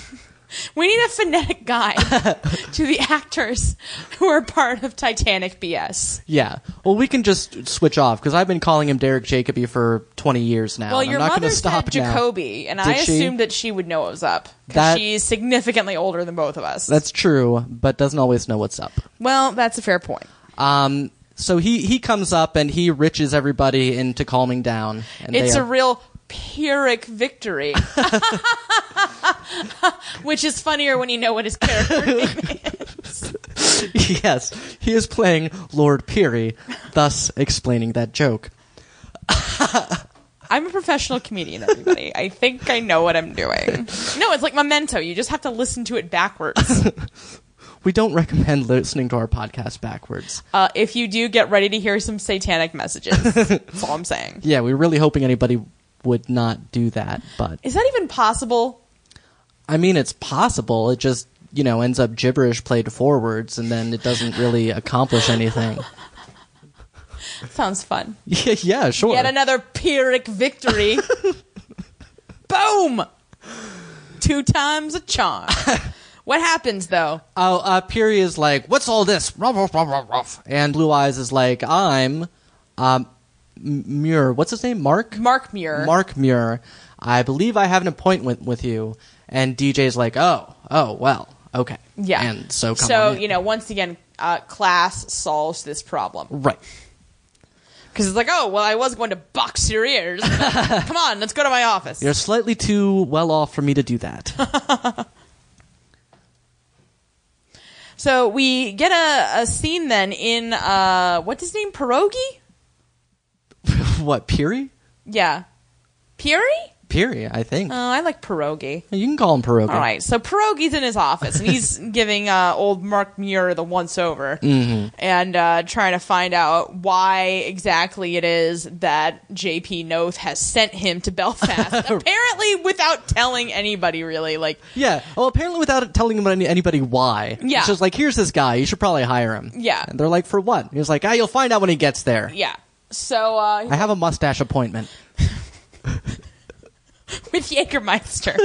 Speaker 1: We need a phonetic guide to the actors who are part of Titanic BS.
Speaker 2: Yeah. Well, we can just switch off because I've been calling him Derek Jacoby for 20 years now.
Speaker 1: Well,
Speaker 2: and
Speaker 1: your
Speaker 2: I'm not
Speaker 1: mother
Speaker 2: going to stop
Speaker 1: said Jacoby, and I
Speaker 2: Did she?
Speaker 1: assumed that she would know what was up because
Speaker 2: That-
Speaker 1: she's significantly older than both of us.
Speaker 2: now. That's true, but doesn't always know what's up.
Speaker 1: well, that's a fair point.
Speaker 2: Um, so he, he comes up and he riches everybody into calming down. And
Speaker 1: It's
Speaker 2: they
Speaker 1: a
Speaker 2: are-
Speaker 1: real Pyrrhic victory, which is funnier when you know what his character name is.
Speaker 2: yes, he is playing Lord Peary, thus explaining that joke.
Speaker 1: I'm a professional comedian, everybody. I think I know what I'm doing. No, it's like memento. You just have to listen to it backwards.
Speaker 2: We don't recommend listening to our podcast backwards.
Speaker 1: Uh, if you do, get ready to hear some satanic messages. That's all I'm saying.
Speaker 2: Yeah, we were really hoping anybody would not do that, but
Speaker 1: Is that even possible?
Speaker 2: I mean, it's possible. It just, you know, ends up gibberish played forwards and then it doesn't really accomplish anything.
Speaker 1: Sounds fun.
Speaker 2: yeah, yeah, sure.
Speaker 1: Yet another Pyrrhic victory. Boom! Two times a charm. What happens though?
Speaker 2: oh, uh, Peary is like, what's all this? Ruff, ruff, ruff, ruff, ruff." And Blue Eyes is like, I'm um, M- Muir. What's his name? Mark?
Speaker 1: Mark Muir.
Speaker 2: Mark Muir. I believe I have an appointment with you. And DJ's like, oh, oh, well, okay.
Speaker 1: Yeah.
Speaker 2: And so come
Speaker 1: so
Speaker 2: on in.
Speaker 1: you know, once again, uh, class solves this problem
Speaker 2: Right.
Speaker 1: because it's like, oh well, I was going to box your ears. but come on, let's go to my office.
Speaker 2: You're slightly too well off for me to do that.
Speaker 1: So we get a, a scene then in uh, what's his name, Pierogi?
Speaker 2: what, Peary?
Speaker 1: Yeah, Piri.
Speaker 2: Peary, I think.
Speaker 1: Oh, I like Pierogi.
Speaker 2: you can call him Pierogi.
Speaker 1: All right, so Pierogi's in his office and he's giving uh, old Mark Muir the once over and uh, trying to find out why exactly it is that JP Noth has sent him to Belfast, apparently without telling anybody really. Like,
Speaker 2: Yeah. Well, apparently without telling him any- anybody why.
Speaker 1: Yeah.
Speaker 2: It's just like, here's this guy. You should probably hire him.
Speaker 1: Yeah.
Speaker 2: And they're like, for what? And he's like, ah, you'll find out when he gets there.
Speaker 1: yeah. So uh,
Speaker 2: I have a mustache appointment.
Speaker 1: with Jägermeister.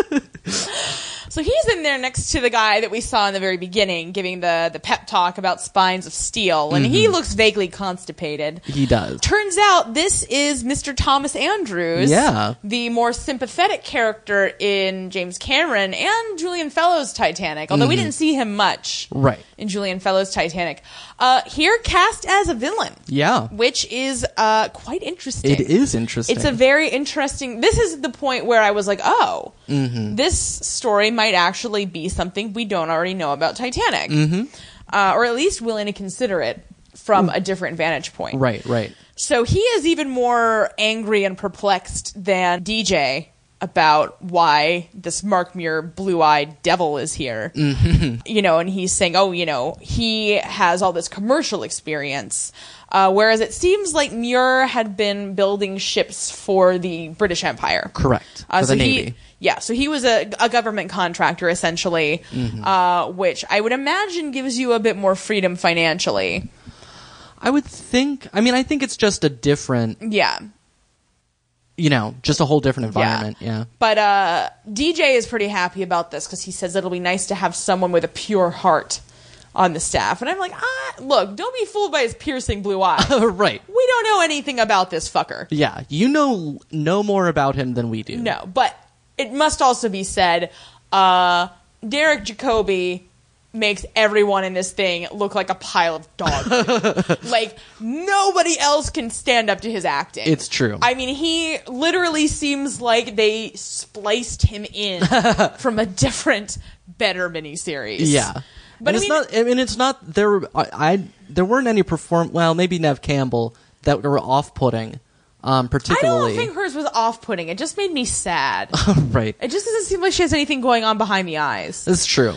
Speaker 1: so he's in there next to the guy that we saw in the very beginning giving the, the pep talk about spines of steel, and
Speaker 2: Mm-hmm.
Speaker 1: he looks vaguely constipated.
Speaker 2: He does.
Speaker 1: Turns out this is Mr. Thomas Andrews,
Speaker 2: Yeah.
Speaker 1: the more sympathetic character in James Cameron and Julian Fellowes' Titanic, although we didn't see him much
Speaker 2: Mm-hmm. Right.
Speaker 1: in Julian Fellowes' Titanic. Uh, here cast as a villain,
Speaker 2: Yeah.
Speaker 1: which is uh, quite interesting.
Speaker 2: It is interesting.
Speaker 1: It's a very interesting. This is the point where I was like, oh,
Speaker 2: Mm-hmm.
Speaker 1: this story might actually be something we don't already know about Titanic,
Speaker 2: Mm-hmm.
Speaker 1: uh, or at least willing to consider it from a different vantage point.
Speaker 2: right, right.
Speaker 1: So he is even more angry and perplexed than DJ about why this Mark Muir blue eyed devil is here.
Speaker 2: Mm-hmm.
Speaker 1: You know, and he's saying, oh, you know, he has all this commercial experience. Uh, whereas it seems like Muir had been building ships for the British Empire.
Speaker 2: Correct.
Speaker 1: Uh,
Speaker 2: For
Speaker 1: so
Speaker 2: the
Speaker 1: he-
Speaker 2: Navy.
Speaker 1: yeah, so he was a, a government contractor essentially,
Speaker 2: Mm-hmm.
Speaker 1: uh, which I would imagine gives you a bit more freedom financially.
Speaker 2: I would think. I mean, I think it's just a different,
Speaker 1: Yeah.
Speaker 2: you know, just a whole different environment. Yeah.
Speaker 1: But uh, DJ is pretty happy about this because he says it'll be nice to have someone with a pure heart on the staff. And I'm like, ah, look, don't be fooled by his piercing blue eye. we
Speaker 2: right.
Speaker 1: don't know anything about this fucker.
Speaker 2: Yeah. You know, no more about him than we do.
Speaker 1: No, but it must also be said uh, Derek Jacobi makes everyone in this thing look like a pile of dog. food. like, nobody else can stand up to his acting.
Speaker 2: It's true.
Speaker 1: I mean, he literally seems like they spliced him in from a different, better miniseries.
Speaker 2: Yeah.
Speaker 1: But
Speaker 2: and
Speaker 1: I
Speaker 2: it's
Speaker 1: mean-
Speaker 2: not. I mean, it's not. There, I, I there weren't any perform. Well, maybe Nev Campbell that were off-putting, um,
Speaker 1: I don't
Speaker 2: particularly.
Speaker 1: think hers was off putting. It just made me sad.
Speaker 2: right.
Speaker 1: it just doesn't seem like she has anything going on behind the eyes.
Speaker 2: It's true.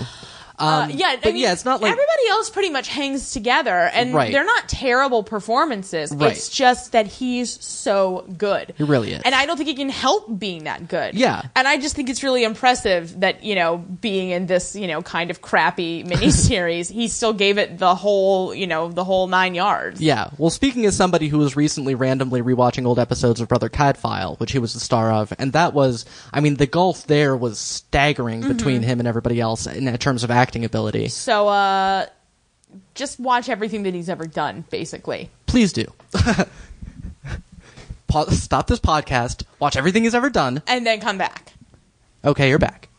Speaker 1: Uh, yeah, I
Speaker 2: Um, but
Speaker 1: mean,
Speaker 2: yeah, it's not like-
Speaker 1: everybody else pretty much hangs together, and
Speaker 2: Right.
Speaker 1: they're not terrible performances.
Speaker 2: Right.
Speaker 1: It's just that he's so good.
Speaker 2: He really is.
Speaker 1: and I don't think he can help being that good.
Speaker 2: Yeah.
Speaker 1: and I just think it's really impressive that you know being in this you know kind of crappy miniseries, he still gave it the whole you know the whole nine yards.
Speaker 2: Yeah. Well, speaking as somebody who was recently randomly rewatching old episodes of Brother Cadfile, which he was the star of, and that was, I mean, the gulf there was staggering
Speaker 1: Mm-hmm.
Speaker 2: between him and everybody else in, in terms of acting ability.
Speaker 1: So uh, just watch everything that he's ever done, basically.
Speaker 2: Please do. Pa- Stop this podcast. Watch everything he's ever done.
Speaker 1: and then come back.
Speaker 2: Okay, you're back.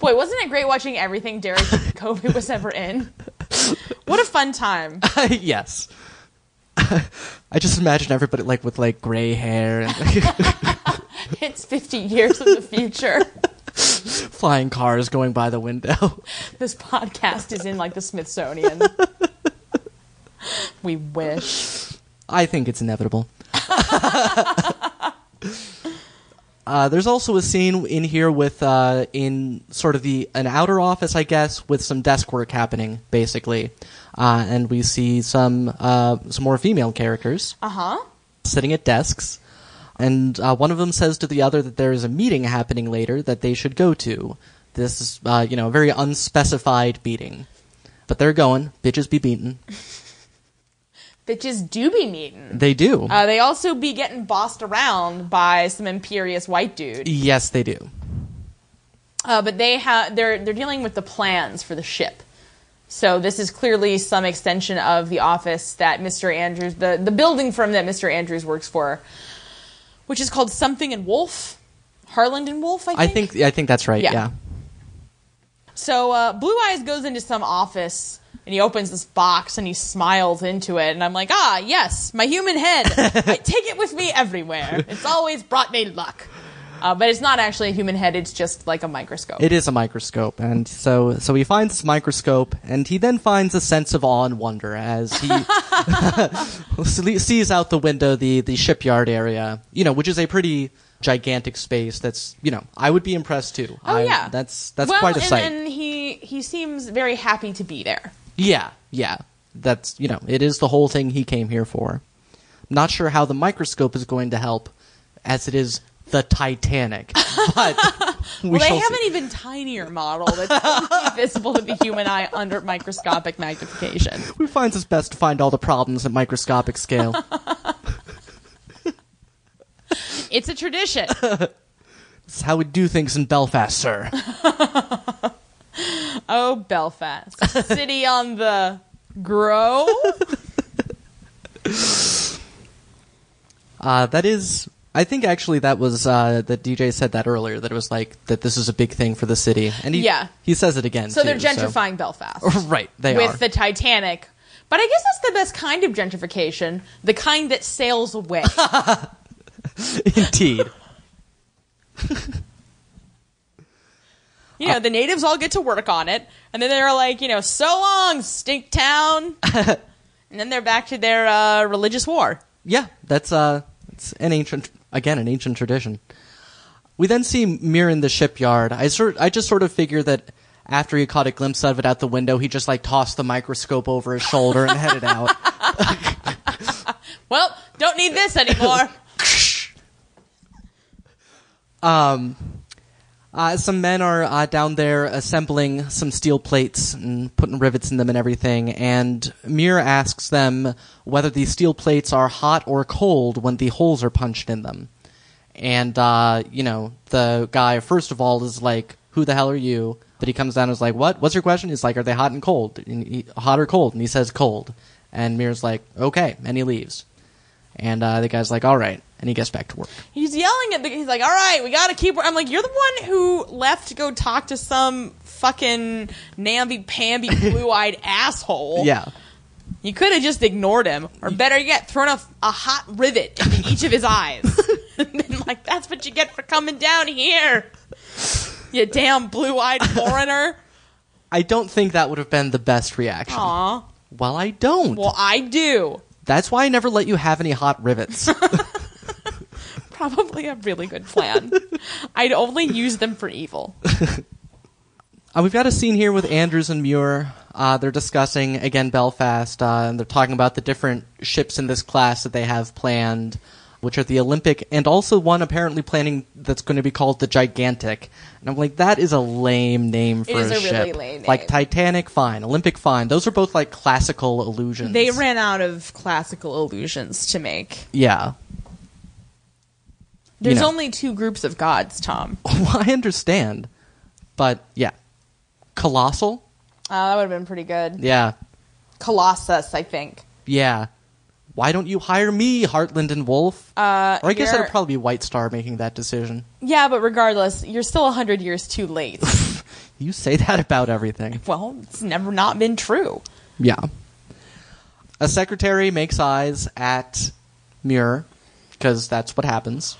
Speaker 1: Boy, wasn't it great watching everything Derek Jacobi was ever in? What a fun time.
Speaker 2: yes. I just imagine everybody like with like gray hair and
Speaker 1: It's 50 years in the future.
Speaker 2: flying cars going by the window.
Speaker 1: This podcast is in like the Smithsonian. We wish.
Speaker 2: I think it's inevitable. uh, there's also a scene in here with uh, in sort of the an outer office, I guess, with some desk work happening, basically, uh, and we see some uh, some more female characters
Speaker 1: Uh huh.
Speaker 2: sitting at desks, and uh, one of them says to the other that there is a meeting happening later that they should go to. This is, uh, you know, a very unspecified meeting, but they're going. Bitches be beaten.
Speaker 1: Bitches do be meeting.
Speaker 2: They do.
Speaker 1: Uh, they also be getting bossed around by some imperious white dude.
Speaker 2: yes, they do.
Speaker 1: Uh, but they have they're they're dealing with the plans for the ship. So this is clearly some extension of the office that Mr. Andrews, the, the building firm that Mr. Andrews works for, which is called Something and Wolf, Harland and Wolf. I think.
Speaker 2: I think I think that's right.
Speaker 1: Yeah.
Speaker 2: Yeah.
Speaker 1: So uh, Blue Eyes goes into some office and he opens this box and he smiles into it. And I'm like, ah, yes, my human head. I take it with me everywhere. It's always brought me luck. Uh, but it's not actually a human head, it's just like a microscope.
Speaker 2: It is a microscope, and so so he finds this microscope, and he then finds a sense of awe and wonder as he sle- sees out the window the the shipyard area, you know, which is a pretty gigantic space. That's you know, I would be impressed too.
Speaker 1: oh,
Speaker 2: I-
Speaker 1: yeah.
Speaker 2: that's that's
Speaker 1: well,
Speaker 2: quite a
Speaker 1: and
Speaker 2: sight.
Speaker 1: then he, he seems very happy to be there.
Speaker 2: Yeah, yeah. That's, you know, it is the whole thing he came here for. Not sure how the microscope is going to help, as it is the Titanic. But we
Speaker 1: well, they
Speaker 2: shall
Speaker 1: have
Speaker 2: see.
Speaker 1: an even tinier model that's only visible to the human eye under microscopic magnification.
Speaker 2: Who finds it's best to find all the problems at microscopic scale?
Speaker 1: It's a tradition.
Speaker 2: It's how we do things in Belfast, sir.
Speaker 1: Oh, Belfast. City on the grow.
Speaker 2: Uh, that is, I think actually that was uh, that DJ said that earlier. That it was like that this is a big thing for the city, and he,
Speaker 1: Yeah.
Speaker 2: he says it again.
Speaker 1: So they're
Speaker 2: too,
Speaker 1: gentrifying Belfast
Speaker 2: right? They
Speaker 1: with
Speaker 2: are.
Speaker 1: the Titanic. But I guess that's the best kind of gentrification, the kind that sails away.
Speaker 2: Indeed.
Speaker 1: You know, the natives all get to work on it, and then they're like, you know, so long, stink town. and then they're back to their uh, religious war.
Speaker 2: Yeah, that's uh, it's an ancient again an ancient tradition. We then see Mir in the shipyard. I sort I just sort of figure that after he caught a glimpse of it out the window, he just like tossed the microscope over his shoulder and headed out.
Speaker 1: Well, don't need this anymore.
Speaker 2: Uh, some men are uh, down there assembling some steel plates and putting rivets in them and everything. And Mir asks them whether the steel plates are hot or cold when the holes are punched in them. And uh, you know, the guy first of all is like, "Who the hell are you?" But he comes down and is like, "What? What's your question?" He's like, "Are they hot and cold? And he, hot or cold?" And he says, "Cold." And Mir's like, "Okay," and he leaves. And uh, the guy's like, "All right," and he gets back to work.
Speaker 1: he's yelling at the he's like all right we gotta keep i'm like you're the one who left to go talk to some fucking namby-pamby blue-eyed asshole
Speaker 2: Yeah.
Speaker 1: you could have just ignored him or better yet thrown a, a hot rivet into each of his eyes and been like that's what you get for coming down here you damn blue-eyed foreigner
Speaker 2: I don't think that would have been the best reaction.
Speaker 1: Aw.
Speaker 2: Well, I don't.
Speaker 1: well i do
Speaker 2: That's why I never let you have any hot rivets.
Speaker 1: probably a really good plan i'd only use them for evil
Speaker 2: uh, we've got a scene here with Andrews and Muir. Uh, they're discussing, again, Belfast, uh, and they're talking about the different ships in this class that they have planned, which are the Olympic, and also one apparently planning that's going to be called the Gigantic. And I'm like, that is a lame name for
Speaker 1: is a
Speaker 2: ship.
Speaker 1: really lame name.
Speaker 2: Like Titanic, fine. Olympic, fine. Those are both like classical illusions.
Speaker 1: they ran out of classical illusions to make
Speaker 2: Yeah.
Speaker 1: There's
Speaker 2: know.
Speaker 1: only two groups of gods, Tom. Uh,
Speaker 2: well, I understand. But yeah. Colossal?
Speaker 1: Uh, that would have been pretty good.
Speaker 2: Yeah.
Speaker 1: Colossus, I think.
Speaker 2: Yeah. Why don't you hire me, Heartland and Wolf?
Speaker 1: Uh,
Speaker 2: or I guess
Speaker 1: you're-
Speaker 2: that'd probably be White Star making that decision.
Speaker 1: Yeah, but regardless, you're still 100 years too late.
Speaker 2: You say that about everything.
Speaker 1: well, it's never not been true.
Speaker 2: Yeah. A secretary makes eyes at Muir, because that's what happens.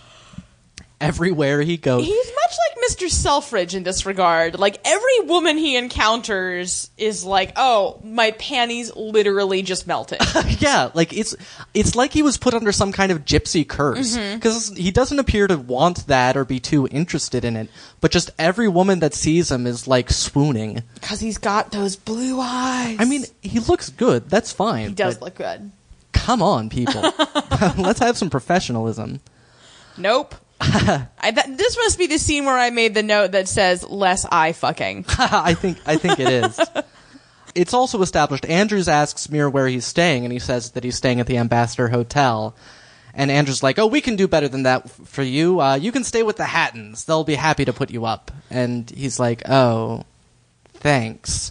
Speaker 2: Everywhere he goes.
Speaker 1: He's much like Mr. Selfridge in this regard. Like, every woman he encounters is like, oh, my panties literally just melted.
Speaker 2: yeah, like it's it's like he was put under some kind of gypsy curse
Speaker 1: Mm-hmm.
Speaker 2: because he doesn't appear to want that or be too interested in it. But just every woman that sees him is like swooning.
Speaker 1: Because he's got those blue eyes.
Speaker 2: I mean, he looks good. That's fine.
Speaker 1: he does
Speaker 2: but
Speaker 1: look good.
Speaker 2: Come on, people. Let's have some professionalism.
Speaker 1: Nope. I, that, this must be the scene where I made the note that says, less eye fucking.
Speaker 2: I think I think it is. It's also established. Andrews asks Mir where he's staying, and he says that he's staying at the Ambassador Hotel. And Andrews like, "Oh, we can do better than that f- for you. Uh, you can stay with the Hattons. They'll be happy to put you up." And he's like, "Oh, thanks.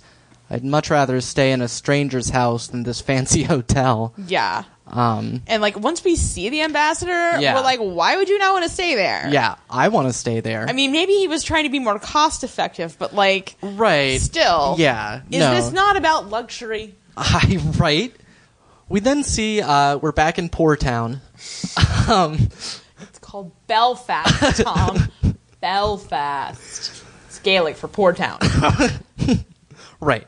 Speaker 2: I'd much rather stay in a stranger's house than this fancy hotel."
Speaker 1: yeah.
Speaker 2: Um,
Speaker 1: And like once we see the ambassador,
Speaker 2: Yeah.
Speaker 1: we're like, why would you not want to stay there?
Speaker 2: yeah, I want to stay there.
Speaker 1: I mean, maybe he was trying to be more cost effective, but like,
Speaker 2: right?
Speaker 1: still,
Speaker 2: yeah.
Speaker 1: is
Speaker 2: no.
Speaker 1: this not about luxury?
Speaker 2: I, right? We then see uh, we're back in Poor Town. um,
Speaker 1: It's called Belfast, Tom. Belfast. It's Gaelic for poor town.
Speaker 2: right.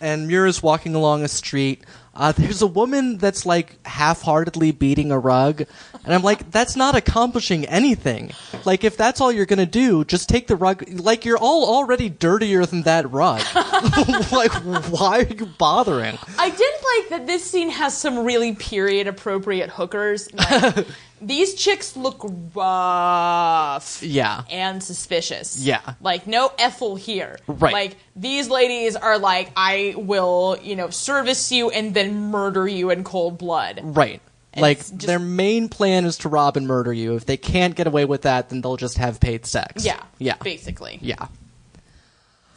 Speaker 2: And Mira's walking along a street. Uh, there's a woman that's like half-heartedly beating a rug, and I'm like, that's not accomplishing anything. Like, if that's all you're gonna do, just take the rug. Like, you're all already dirtier than that rug. like, why are you bothering?
Speaker 1: I did like that this scene has some really period appropriate hookers. Like, these chicks look rough.
Speaker 2: Yeah.
Speaker 1: And suspicious.
Speaker 2: Yeah.
Speaker 1: Like, no Ethel here.
Speaker 2: Right.
Speaker 1: Like, these ladies are like, I will, you know, service you and then murder you in cold blood.
Speaker 2: Right.
Speaker 1: And
Speaker 2: like
Speaker 1: it's just-
Speaker 2: their main plan is to rob and murder you. If they can't get away with that, then they'll just have paid sex.
Speaker 1: Yeah.
Speaker 2: Yeah.
Speaker 1: Basically.
Speaker 2: Yeah.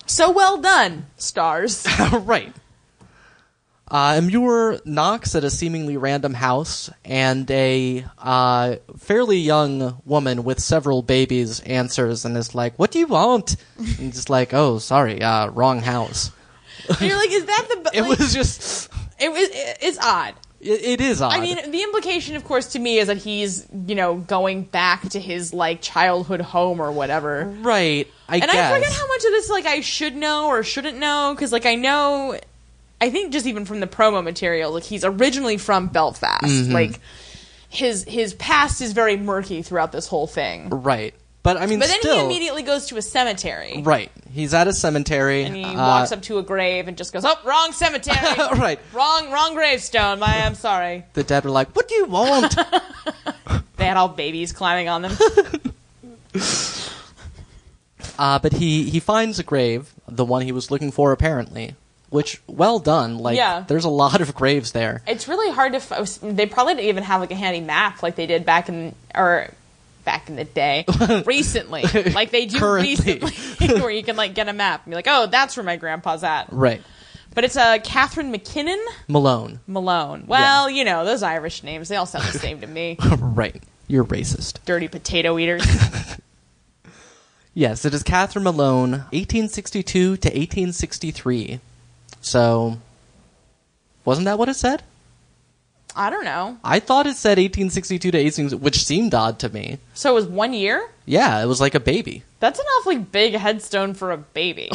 Speaker 1: So well done, stars.
Speaker 2: right. Uh, Muir knocks at a seemingly random house, and a uh, fairly young woman with several babies answers and is like, "What do you want?" and just like, "Oh, sorry, uh, wrong house."
Speaker 1: You're like, is that the.
Speaker 2: It
Speaker 1: like,
Speaker 2: was just,
Speaker 1: It was. it- It's odd.
Speaker 2: it, it is odd.
Speaker 1: I mean, the implication, of course, to me is that he's, you know, going back to his like childhood home or whatever.
Speaker 2: right? I
Speaker 1: And
Speaker 2: guess.
Speaker 1: I forget how much of this like I should know or shouldn't know because like I know, I think just even from the promo material, like he's originally from Belfast.
Speaker 2: Mm-hmm.
Speaker 1: Like his his past is very murky throughout this whole thing.
Speaker 2: right, but I mean,
Speaker 1: But then
Speaker 2: still,
Speaker 1: he immediately goes to a cemetery.
Speaker 2: right. He's at a cemetery.
Speaker 1: And he
Speaker 2: uh,
Speaker 1: walks up to a grave and just goes, "Oh, wrong cemetery,
Speaker 2: right.
Speaker 1: wrong, wrong gravestone. My, I'm sorry."
Speaker 2: The dead were like, "What do you want?"
Speaker 1: They had all babies climbing on them.
Speaker 2: uh, but he he finds a grave, the one he was looking for, apparently. Which, well done. Like,
Speaker 1: Yeah.
Speaker 2: there's a lot of graves there.
Speaker 1: It's really hard to. F- they probably didn't even have like a handy map like they did back in or back in the day. recently, like they do
Speaker 2: Currently.
Speaker 1: recently, where you can like get a map and be like, "Oh, that's where my grandpa's at."
Speaker 2: Right,
Speaker 1: But it's a uh, Catherine McKinnon
Speaker 2: Malone.
Speaker 1: Malone. Well, you know those Irish names; they all sound the same to me.
Speaker 2: right, you're racist.
Speaker 1: Dirty potato eaters.
Speaker 2: Yes, it is Catherine Malone, 1862 to 1863. So, wasn't that what it said?
Speaker 1: I don't know.
Speaker 2: I thought it said 1862 to 1860, which seemed odd to me.
Speaker 1: So it was one year.
Speaker 2: Yeah, it was like a baby.
Speaker 1: That's an awfully big headstone for a baby.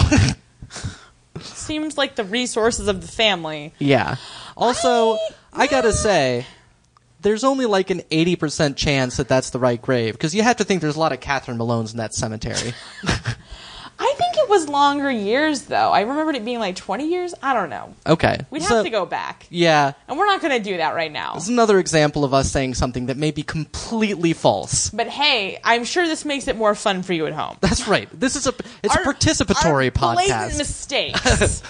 Speaker 1: Seems like the resources of the family.
Speaker 2: Yeah. Also, I gotta say, there's only like an 80% chance that that's the right grave, because you have to think there's a lot of Catherine Malones in that cemetery.
Speaker 1: I think it was longer years though. I remembered it being like 20 years. I don't know.
Speaker 2: Okay.
Speaker 1: We'd
Speaker 2: So-
Speaker 1: have to go back.
Speaker 2: Yeah.
Speaker 1: And we're not going to do that right now.
Speaker 2: It's another example of us saying something that may be completely false.
Speaker 1: But hey, I'm sure this makes it more fun for you at home.
Speaker 2: That's right. This is a it's
Speaker 1: Our-
Speaker 2: a participatory
Speaker 1: our
Speaker 2: podcast.
Speaker 1: Blatant mistakes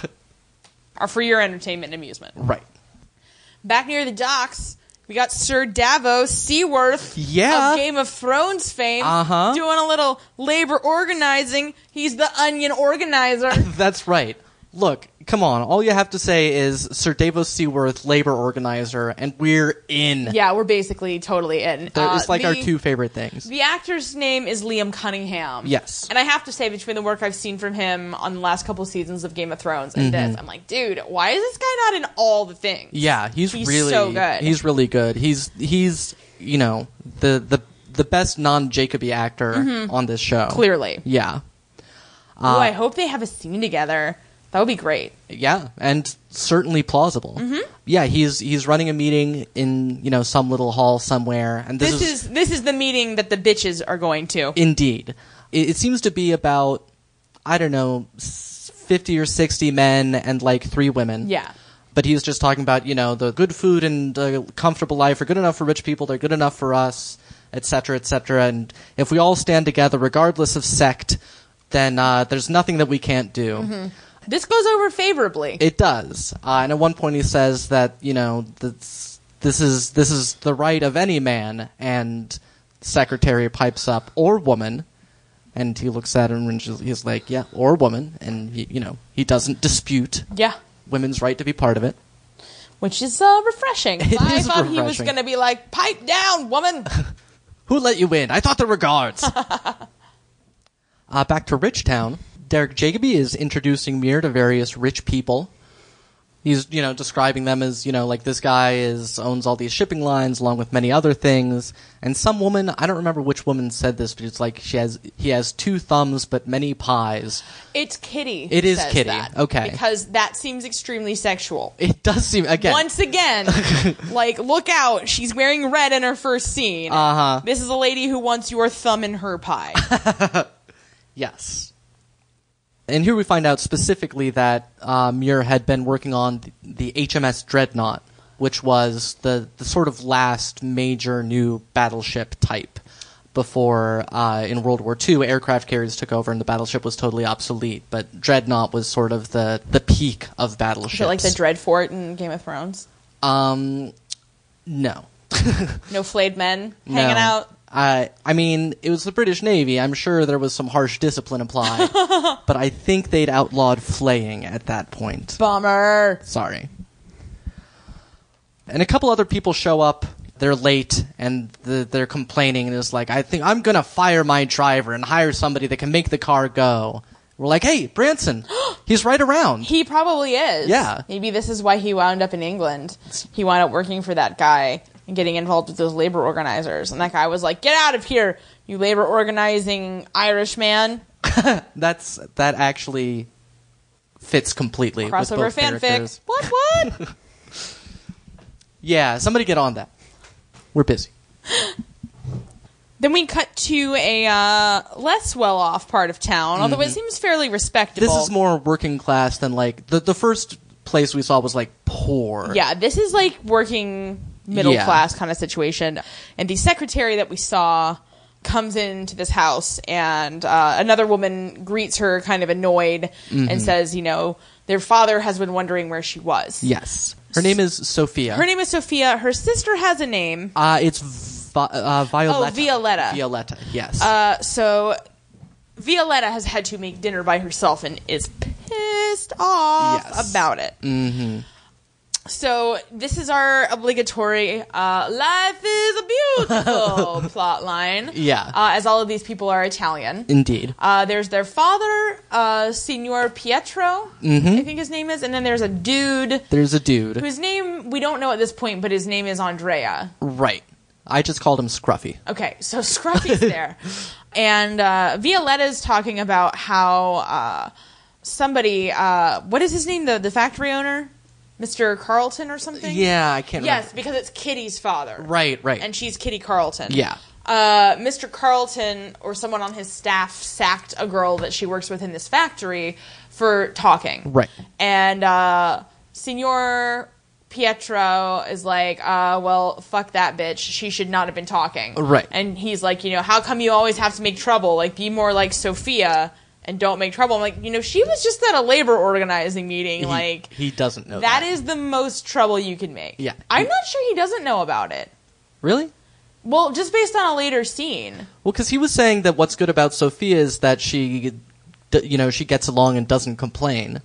Speaker 1: are for your entertainment and amusement.
Speaker 2: right.
Speaker 1: Back near the docks, we got Sir Davos Seaworth
Speaker 2: Yeah.
Speaker 1: of Game of Thrones fame
Speaker 2: Uh-huh.
Speaker 1: doing a little labor organizing. He's the onion organizer.
Speaker 2: That's right. Look, come on. All you have to say is Sir Davos Seaworth, labor organizer, and we're in.
Speaker 1: yeah, we're basically totally in.
Speaker 2: That- it's
Speaker 1: Uh,
Speaker 2: like our
Speaker 1: the-
Speaker 2: two favorite things.
Speaker 1: The actor's name is Liam Cunningham.
Speaker 2: Yes.
Speaker 1: And I have to say, between the work I've seen from him on the last couple seasons of Game of Thrones and this, I'm like, dude, why is this guy not in all the things?
Speaker 2: Mm-hmm. Yeah, he's,
Speaker 1: He's
Speaker 2: really
Speaker 1: so good.
Speaker 2: He's really good. He's he's you know the the the best non Jacoby actor on this show.
Speaker 1: Mm-hmm. Clearly.
Speaker 2: Yeah, Uh,
Speaker 1: Oh, I hope they have a scene together. That would be great.
Speaker 2: yeah, and certainly plausible.
Speaker 1: Mm-hmm.
Speaker 2: Yeah, he's he's running a meeting in you know some little hall somewhere, and this,
Speaker 1: This is this is the meeting that the bitches are going to.
Speaker 2: indeed. It, it seems to be about I don't know s- fifty or sixty men and like three women.
Speaker 1: Yeah.
Speaker 2: But he was just talking about, you know, the good food and uh, comfortable life are good enough for rich people, they're good enough for us, et cetera, et cetera. And if we all stand together, regardless of sect, then uh, there's nothing that we can't do.
Speaker 1: This goes over favorably.
Speaker 2: It does. Uh, and at one point he says that, you know, that's, this is this is the right of any man. And secretary pipes up, or woman. And he looks at him and she's- he's like, yeah, or woman. And, he, you know, he doesn't dispute
Speaker 1: yeah.
Speaker 2: women's right to be part of it.
Speaker 1: which is uh, refreshing.
Speaker 2: It
Speaker 1: I
Speaker 2: is
Speaker 1: thought he was
Speaker 2: refreshing.
Speaker 1: going to be like, pipe down, woman.
Speaker 2: Who let you in? I thought there were guards. uh, back to Rich Town. Derek Jacobi is introducing Mir to various rich people. He's, you know, describing them as, you know, like this guy is owns all these shipping lines along with many other things. And some woman, I don't remember which woman said this, but it's like she has he has two thumbs but many pies.
Speaker 1: It's Kitty.
Speaker 2: It
Speaker 1: who
Speaker 2: is
Speaker 1: says
Speaker 2: Kitty.
Speaker 1: that,
Speaker 2: Okay.
Speaker 1: Because that seems extremely sexual.
Speaker 2: It does seem again.
Speaker 1: Once again, like, look out. She's wearing red in her first scene. Uh
Speaker 2: Uh-huh.
Speaker 1: huh. This is a lady who wants your thumb in her pie.
Speaker 2: Yes. And here we find out specifically that uh, Muir had been working on th- the HMS Dreadnought, which was the, the sort of last major new battleship type before uh, in World War II aircraft carriers took over and the battleship was totally obsolete. But Dreadnought was sort of the, the peak of battleships.
Speaker 1: Is it like the Dreadfort in Game of Thrones?
Speaker 2: um, no.
Speaker 1: No flayed men
Speaker 2: No.
Speaker 1: hanging out.
Speaker 2: Uh, I mean, it was the British Navy. I'm sure there was some harsh discipline applied, but I think they'd outlawed flaying at that point.
Speaker 1: Bummer.
Speaker 2: Sorry. And a couple other people show up. They're late and the, they're complaining. And it's like, I think I'm going to fire my driver and hire somebody that can make the car go. We're like, hey, Branson, he's right around.
Speaker 1: He probably is.
Speaker 2: Yeah.
Speaker 1: Maybe this is why he wound up in England. He wound up working for that guy and getting involved with those labor organizers. And that guy was like, get out of here, you labor organizing Irish man.
Speaker 2: That's That actually fits completely. with
Speaker 1: Crossover
Speaker 2: both
Speaker 1: fanfic.
Speaker 2: characters.
Speaker 1: What, what?
Speaker 2: Yeah, somebody get on that. We're busy.
Speaker 1: then we cut to a uh, less well off part of town, although it seems fairly respectable.
Speaker 2: Mm-hmm. This is more working class than like the the first place we saw was like poor.
Speaker 1: Yeah, this is like working middle
Speaker 2: Yeah.
Speaker 1: class kind of situation. And the secretary that we saw comes into this house, and uh, another woman greets her, kind of annoyed,
Speaker 2: Mm-hmm.
Speaker 1: and says, you know, their father has been wondering where she was.
Speaker 2: Yes. Her name is Sophia.
Speaker 1: Her name is Sophia. Her sister has a name.
Speaker 2: Uh, it's Vi- uh, Violetta.
Speaker 1: Oh, Violetta.
Speaker 2: Violetta. Yes.
Speaker 1: Uh, so Violetta has had to make dinner by herself and is pissed off
Speaker 2: Yes.
Speaker 1: about it. Mm-hmm. So this is our obligatory uh, "Life is a beautiful" plot line.
Speaker 2: Yeah.
Speaker 1: uh, as all of these people are Italian.
Speaker 2: Indeed.
Speaker 1: Uh, there's their father, uh, Signor Pietro,
Speaker 2: Mm-hmm.
Speaker 1: I think his name is, and then there's a dude
Speaker 2: There's a dude.
Speaker 1: whose name we don't know at this point, but his name is Andrea.
Speaker 2: Right. I just called him Scruffy.
Speaker 1: Okay, so Scruffy's there. And uh, Violetta's talking about how uh, somebody, uh, what is his name? The, the factory owner? Mr. Carlton or something?
Speaker 2: Yeah, I can't.
Speaker 1: Yes,
Speaker 2: Remember.
Speaker 1: because it's Kitty's father.
Speaker 2: Right. Right.
Speaker 1: And she's Kitty Carlton.
Speaker 2: yeah.
Speaker 1: Uh, Mr. Carlton or someone on his staff sacked a girl that she works with in this factory for talking.
Speaker 2: Right.
Speaker 1: And uh, Signor Pietro is like, uh, well, fuck that bitch. She should not have been talking.
Speaker 2: Right.
Speaker 1: And he's like, you know, how come you always have to make trouble? Like, be more like Sophia and don't make trouble. I'm like, you know, she was just at a labor organizing meeting.
Speaker 2: He-
Speaker 1: like,
Speaker 2: he, doesn't know that.
Speaker 1: that is the most trouble you can make.
Speaker 2: Yeah.
Speaker 1: I'm not sure he doesn't know about it.
Speaker 2: really.
Speaker 1: Well, just based on a later scene.
Speaker 2: Well, because he was saying that what's good about Sophia is that she, d- you know, she gets along and doesn't complain.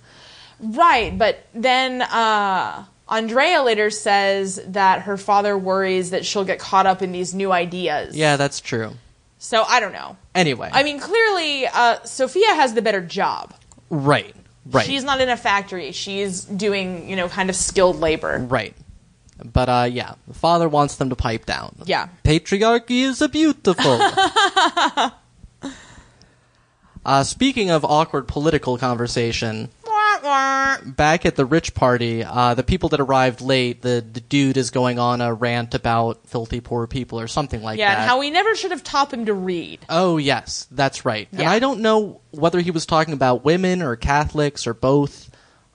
Speaker 1: Right, but then uh, Andrea later says that her father worries that she'll get caught up in these new ideas.
Speaker 2: Yeah, that's true.
Speaker 1: So I don't know.
Speaker 2: Anyway.
Speaker 1: I mean, clearly, uh, Sophia has the better job.
Speaker 2: Right. Right.
Speaker 1: She's not in a factory. She's doing, you know, kind of skilled labor.
Speaker 2: Right. But uh yeah, the father wants them to pipe down.
Speaker 1: Yeah.
Speaker 2: Patriarchy is a beautiful. uh speaking of awkward political conversation,
Speaker 1: Wah, wah.
Speaker 2: back at the rich party, uh the people that arrived late, the, the dude is going on a rant about filthy poor people or something like
Speaker 1: Yeah,
Speaker 2: that.
Speaker 1: and how we never should have taught him to read.
Speaker 2: Oh yes, that's right. And
Speaker 1: Yeah.
Speaker 2: I don't know whether he was talking about women or Catholics or both.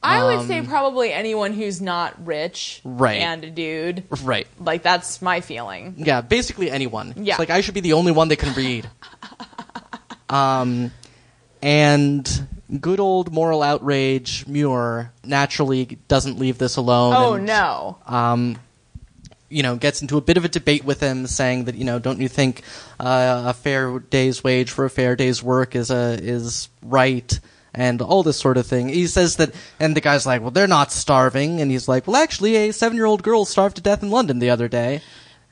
Speaker 1: I would say probably anyone who's not rich
Speaker 2: Right.
Speaker 1: and a dude.
Speaker 2: Right.
Speaker 1: Like, that's my feeling.
Speaker 2: Yeah, basically anyone.
Speaker 1: Yeah.
Speaker 2: It's like I should be the only one that can read. um, and good old moral outrage Muir naturally doesn't leave this alone.
Speaker 1: Oh,
Speaker 2: and,
Speaker 1: no.
Speaker 2: Um, you know, gets into a bit of a debate with him, saying that you know, don't you think uh, a fair day's wage for a fair day's work is a is right? and all this sort of thing. He says that, and the guy's like, well, they're not starving. And he's like, well, actually, a seven year old girl starved to death in London the other day.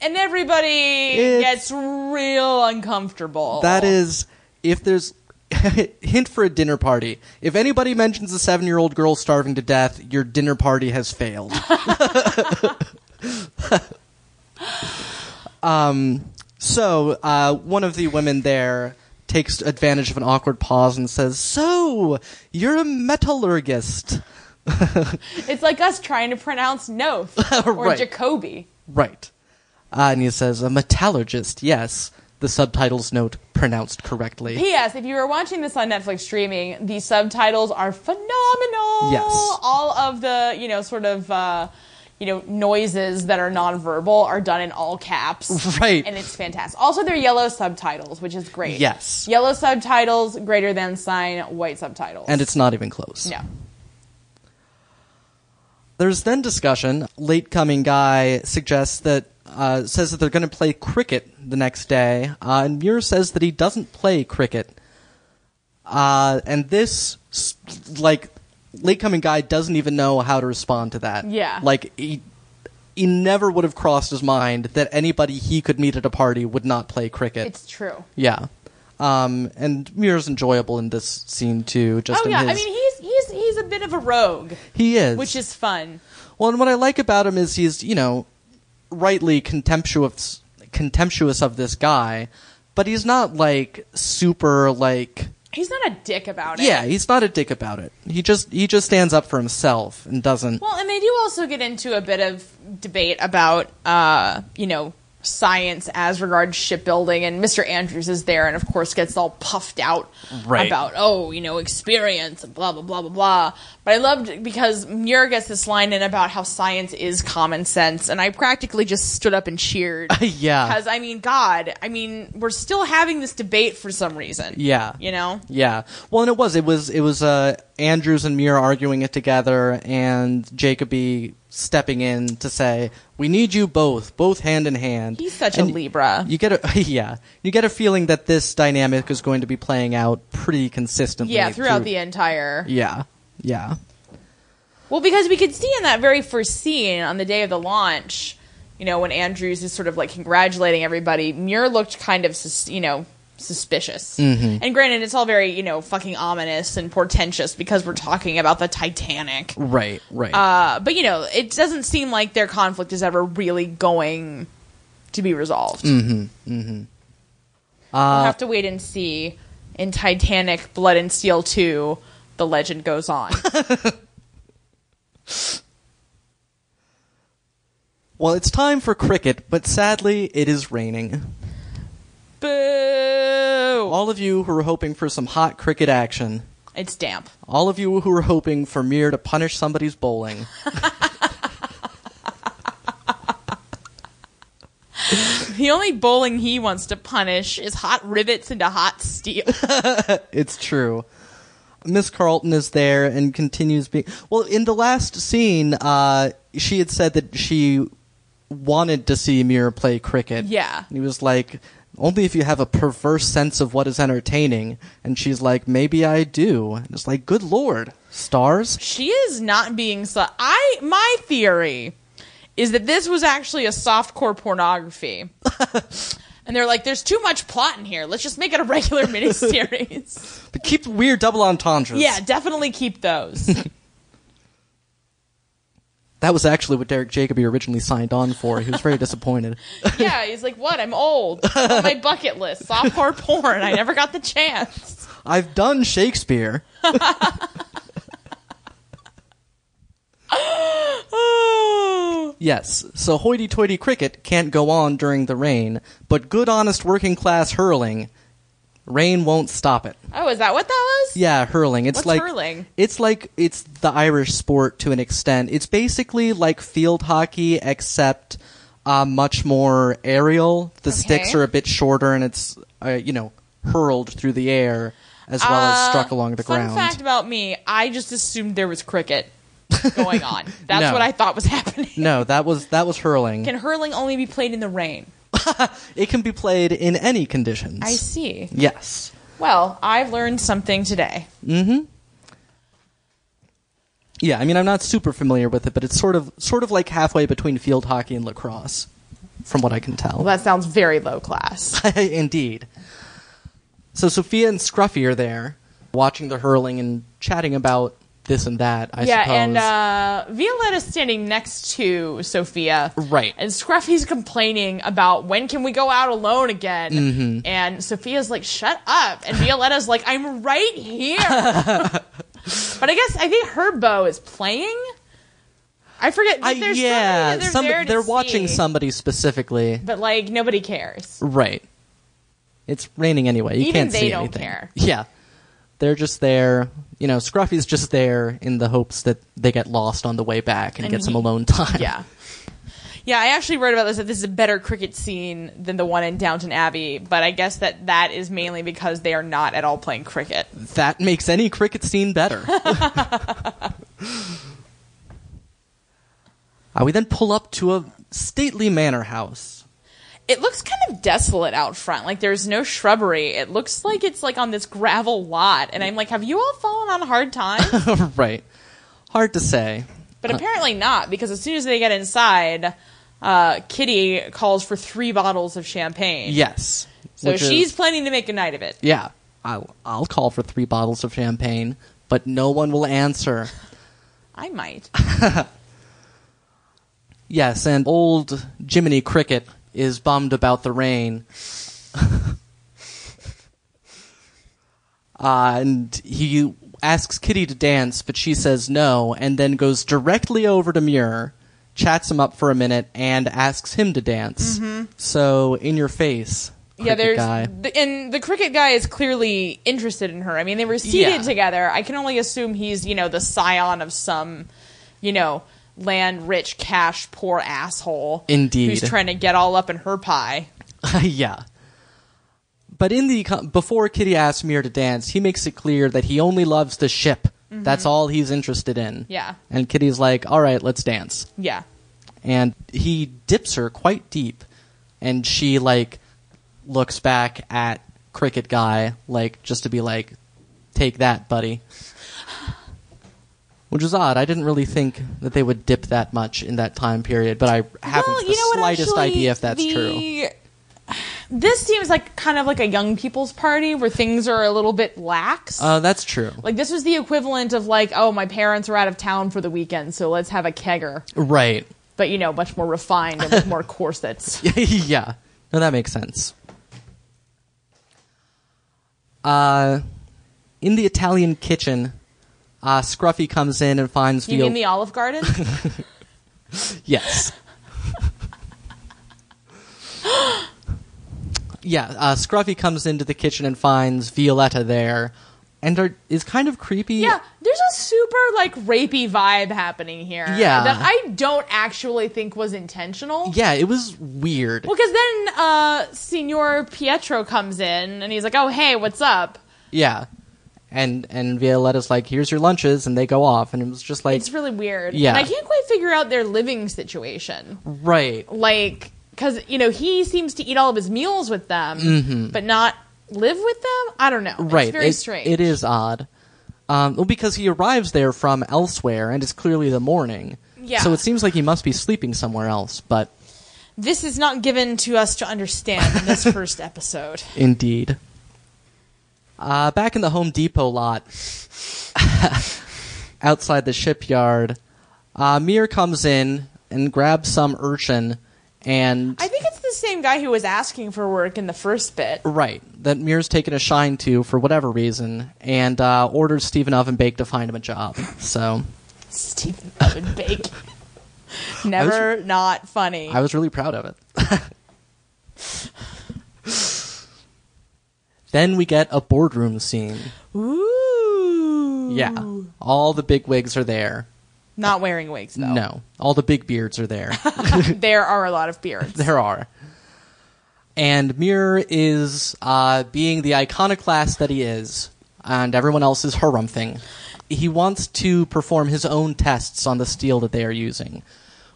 Speaker 1: And everybody
Speaker 2: It's-
Speaker 1: gets real uncomfortable.
Speaker 2: That is, if there's hint for a dinner party, if anybody mentions a seven year old girl starving to death, your dinner party has failed. um, so uh, one of the women there takes advantage of an awkward pause and says, "So you're a metallurgist."
Speaker 1: It's like us trying to pronounce Noth or
Speaker 2: Right.
Speaker 1: Jacoby.
Speaker 2: Right. Uh, and he says, a metallurgist, yes. The subtitles note, pronounced correctly.
Speaker 1: P.S. If you are watching this on Netflix streaming, the subtitles are phenomenal.
Speaker 2: Yes.
Speaker 1: All of the, you know, sort of, uh, you know, noises that are nonverbal are done in all caps.
Speaker 2: Right.
Speaker 1: And it's fantastic. Also, they're yellow subtitles, which is great.
Speaker 2: Yes.
Speaker 1: Yellow subtitles, greater than sign, white subtitles.
Speaker 2: And it's not even close.
Speaker 1: No.
Speaker 2: There's then discussion. Late coming guy suggests that, uh, says that they're going to play cricket the next day. Uh, and Muir says that he doesn't play cricket. Uh, and this, s- like, late coming guy doesn't even know how to respond to that.
Speaker 1: Yeah.
Speaker 2: Like, he, he never would have crossed his mind that anybody he could meet at a party would not play cricket.
Speaker 1: It's true.
Speaker 2: Yeah. Um, and Muir's enjoyable in this scene too. Just
Speaker 1: Oh
Speaker 2: in
Speaker 1: yeah,
Speaker 2: his,
Speaker 1: I mean he's he's he's a bit of a rogue,
Speaker 2: he is,
Speaker 1: which is fun.
Speaker 2: well. And what I like about him is he's you know rightly contemptuous, contemptuous of this guy, but he's not like super like
Speaker 1: He's not a dick about it.
Speaker 2: yeah. He's not a dick about it. He just he just stands up for himself and doesn't.
Speaker 1: Well, and they do also get into a bit of debate about, uh, you know, science as regards shipbuilding, and Mr. Andrews is there, and of course gets all puffed out
Speaker 2: Right.
Speaker 1: about, oh, you know, experience and blah blah blah blah blah. But I loved because Muir gets this line in about how science is common sense, and I practically just stood up and cheered.
Speaker 2: yeah.
Speaker 1: Because I mean, God, I mean, we're still having this debate for some reason.
Speaker 2: Yeah.
Speaker 1: you know.
Speaker 2: Yeah. Well, and it was. It was. It was uh, Andrews and Muir arguing it together, and Jacoby stepping in to say, "We need you both, both hand in hand."
Speaker 1: He's such
Speaker 2: And
Speaker 1: a Libra.
Speaker 2: You get a yeah. You get a feeling that this dynamic is going to be playing out pretty consistently.
Speaker 1: yeah, throughout
Speaker 2: through-
Speaker 1: the entire.
Speaker 2: Yeah. Yeah.
Speaker 1: Well, because we could see in that very first scene on the day of the launch, you know, when Andrews is sort of like congratulating everybody, Muir looked kind of, sus- you know, suspicious.
Speaker 2: Mm-hmm.
Speaker 1: And granted, it's all very, you know, fucking ominous and portentous because we're talking about the Titanic.
Speaker 2: Right. Right.
Speaker 1: Uh, but, you know, it doesn't seem like their conflict is ever really going to be resolved. Mm hmm. Mm hmm. we'll have to wait and see in Titanic Blood and Steel 2, the legend goes on.
Speaker 2: well, it's time for cricket, but sadly, it is raining.
Speaker 1: Boo!
Speaker 2: All of you who were hoping for some hot cricket action,
Speaker 1: It's damp.
Speaker 2: all of you who were hoping for Muir to punish somebody's bowling.
Speaker 1: The only bowling he wants to punish is hot rivets into hot steel.
Speaker 2: It's true. Miss Carlton is there and continues being. Well, in the last scene, uh, she had said that she wanted to see Muir play cricket.
Speaker 1: Yeah.
Speaker 2: And he was like, only if you have a perverse sense of what is entertaining. And she's like, maybe I do. And it's like, good lord, stars?
Speaker 1: she is not being so. I my theory is that this was actually a softcore pornography. And they're like, there's too much plot in here. Let's just make it a regular miniseries.
Speaker 2: But keep the weird double entendres.
Speaker 1: yeah, definitely keep those.
Speaker 2: That was actually what Derek Jacobi originally signed on for. He was very disappointed.
Speaker 1: yeah, he's like, what? I'm old. It's on my bucket list. Softcore porn. I never got the chance.
Speaker 2: I've done Shakespeare.
Speaker 1: Oh.
Speaker 2: Yes, so hoity toity cricket can't go on during the rain, but good honest working class hurling, rain won't stop it.
Speaker 1: Oh, is that what that was?
Speaker 2: Yeah, hurling. It's
Speaker 1: What's
Speaker 2: like
Speaker 1: hurling?
Speaker 2: It's like it's the Irish sport to an extent. It's basically like field hockey except uh, much more aerial. The sticks
Speaker 1: Okay.
Speaker 2: are a bit shorter and it's uh, you know hurled through the air as well as
Speaker 1: Uh,
Speaker 2: struck along the
Speaker 1: fun
Speaker 2: ground.
Speaker 1: fact about me: I just assumed there was cricket going on. That's
Speaker 2: No.
Speaker 1: what I thought was happening.
Speaker 2: no, that was that was hurling.
Speaker 1: Can hurling only be played in the rain?
Speaker 2: it can be played in any conditions.
Speaker 1: I see.
Speaker 2: Yes.
Speaker 1: Well, I've learned something today.
Speaker 2: Yeah, I mean, I'm not super familiar with it, but it's sort of sort of like halfway between field hockey and lacrosse, from what I can tell.
Speaker 1: Well, that sounds very low class.
Speaker 2: Indeed. So Sophia and Scruffy are there, watching the hurling and chatting about this and that. I
Speaker 1: yeah,
Speaker 2: suppose.
Speaker 1: and uh, Violetta's standing next to Sophia.
Speaker 2: Right.
Speaker 1: And Scruffy's complaining about when can we go out alone again?
Speaker 2: Mm-hmm.
Speaker 1: And Sophia's like, shut up. And Violetta's like, I'm right here. but I guess I think her beau is playing. I forget.
Speaker 2: I-
Speaker 1: there's somebody that
Speaker 2: yeah,
Speaker 1: they're
Speaker 2: some-
Speaker 1: there to
Speaker 2: they're watching
Speaker 1: see,
Speaker 2: somebody specifically.
Speaker 1: But like nobody cares.
Speaker 2: Right. It's raining anyway. You
Speaker 1: Even
Speaker 2: can't
Speaker 1: they
Speaker 2: see
Speaker 1: don't
Speaker 2: anything.
Speaker 1: care.
Speaker 2: Yeah. They're just there. You know, Scruffy's just there in the hopes that they get lost on the way back and,
Speaker 1: And
Speaker 2: get some
Speaker 1: he-
Speaker 2: alone time.
Speaker 1: Yeah. Yeah, I actually wrote about this that this is a better cricket scene than the one in Downton Abbey, but I guess that that is mainly because they are not at all playing cricket.
Speaker 2: That makes any cricket scene better. Uh, we then pull up to a stately manor house.
Speaker 1: It looks kind of desolate out front. Like there's no shrubbery. It looks like it's like on this gravel lot, and I'm like, have you all fallen on hard times?
Speaker 2: right. Hard to say.
Speaker 1: but apparently not, because as soon as they get inside, uh, Kitty calls for three bottles of champagne.
Speaker 2: Yes.
Speaker 1: So
Speaker 2: Which is-
Speaker 1: she's planning to make a night of it.
Speaker 2: Yeah, I'll, I'll call for three bottles of champagne, but no one will answer.
Speaker 1: I might.
Speaker 2: Yes, and old Jiminy Cricket is bummed about the rain. uh, and he asks Kitty to dance, but she says no, and then goes directly over to Muir, chats him up for a minute, and asks him to dance. So, in your face.
Speaker 1: Mm-hmm. yeah, there's
Speaker 2: Cricket guy.
Speaker 1: The, and the cricket guy is clearly interested in her. I mean, they were seated
Speaker 2: Yeah.
Speaker 1: together. I can only assume he's you know the scion of some, you know, land rich, cash poor asshole.
Speaker 2: Indeed.
Speaker 1: who's trying to get all up in her pie.
Speaker 2: yeah. But in the co- before Kitty asks Mir to dance, he makes it clear that he only loves the ship. That's all he's interested in.
Speaker 1: Mm-hmm. Yeah.
Speaker 2: And Kitty's like, "All right, let's dance."
Speaker 1: Yeah,
Speaker 2: And he dips her quite deep, and she like looks back at Cricket Guy like just to be like, "Take that, buddy." Which is odd. I didn't really think that they would dip that much in that time period, but I haven't
Speaker 1: Well,
Speaker 2: the slightest
Speaker 1: Actually,
Speaker 2: idea if that's
Speaker 1: the-
Speaker 2: true.
Speaker 1: This seems like kind of like a young people's party where things are a little bit lax.
Speaker 2: Uh, that's true.
Speaker 1: like this was the equivalent of like, oh, my parents are out of town for the weekend, so let's have a kegger.
Speaker 2: Right.
Speaker 1: But you know, much more refined and with more corsets.
Speaker 2: yeah. No, that makes sense. Uh, in the Italian kitchen, uh, Scruffy comes in and finds
Speaker 1: You
Speaker 2: Viol-
Speaker 1: mean the Olive Garden?
Speaker 2: yes. yeah, uh, Scruffy comes into the kitchen and finds Violetta there, and are, is kind of creepy.
Speaker 1: yeah, there's a super like rapey vibe happening here.
Speaker 2: Yeah.
Speaker 1: that I don't actually think was intentional.
Speaker 2: Yeah, it was weird.
Speaker 1: Well, because then uh, Signor Pietro comes in and he's like, "Oh, hey, what's up?"
Speaker 2: Yeah, and and Violetta's like, "Here's your lunches," and they go off, and it was just like,
Speaker 1: It's really weird.
Speaker 2: Yeah.
Speaker 1: and I can't quite figure out their living situation.
Speaker 2: right,
Speaker 1: Like, because you know he seems to eat all of his meals with them, but not live with them. I don't know.
Speaker 2: Mm-hmm. right.
Speaker 1: it's very
Speaker 2: it-
Speaker 1: strange.
Speaker 2: It is odd. Um, well, because he arrives there from elsewhere, and it's clearly the morning.
Speaker 1: Yeah.
Speaker 2: So it seems like he must be sleeping somewhere else. But
Speaker 1: This is not given to us to understand in this first episode.
Speaker 2: indeed, uh, back in the Home Depot lot, outside the shipyard, uh, Mir comes in and grabs some urchin, and
Speaker 1: I think it's the same guy who was asking for work in the first bit.
Speaker 2: right that Mir's taken a shine to for whatever reason, and uh, orders Stephen Oven Bake to find him a job. So
Speaker 1: Stephen Oven Bake. Never not funny.
Speaker 2: I was really proud of it. then we get a boardroom scene.
Speaker 1: Ooh.
Speaker 2: Yeah. All the big wigs are there.
Speaker 1: Not wearing wigs though.
Speaker 2: No. All the big beards are there.
Speaker 1: there are a lot of beards.
Speaker 2: there are. And Muir is uh, being the iconoclast that he is, and everyone else is harumphing. He wants to perform his own tests on the steel that they are using,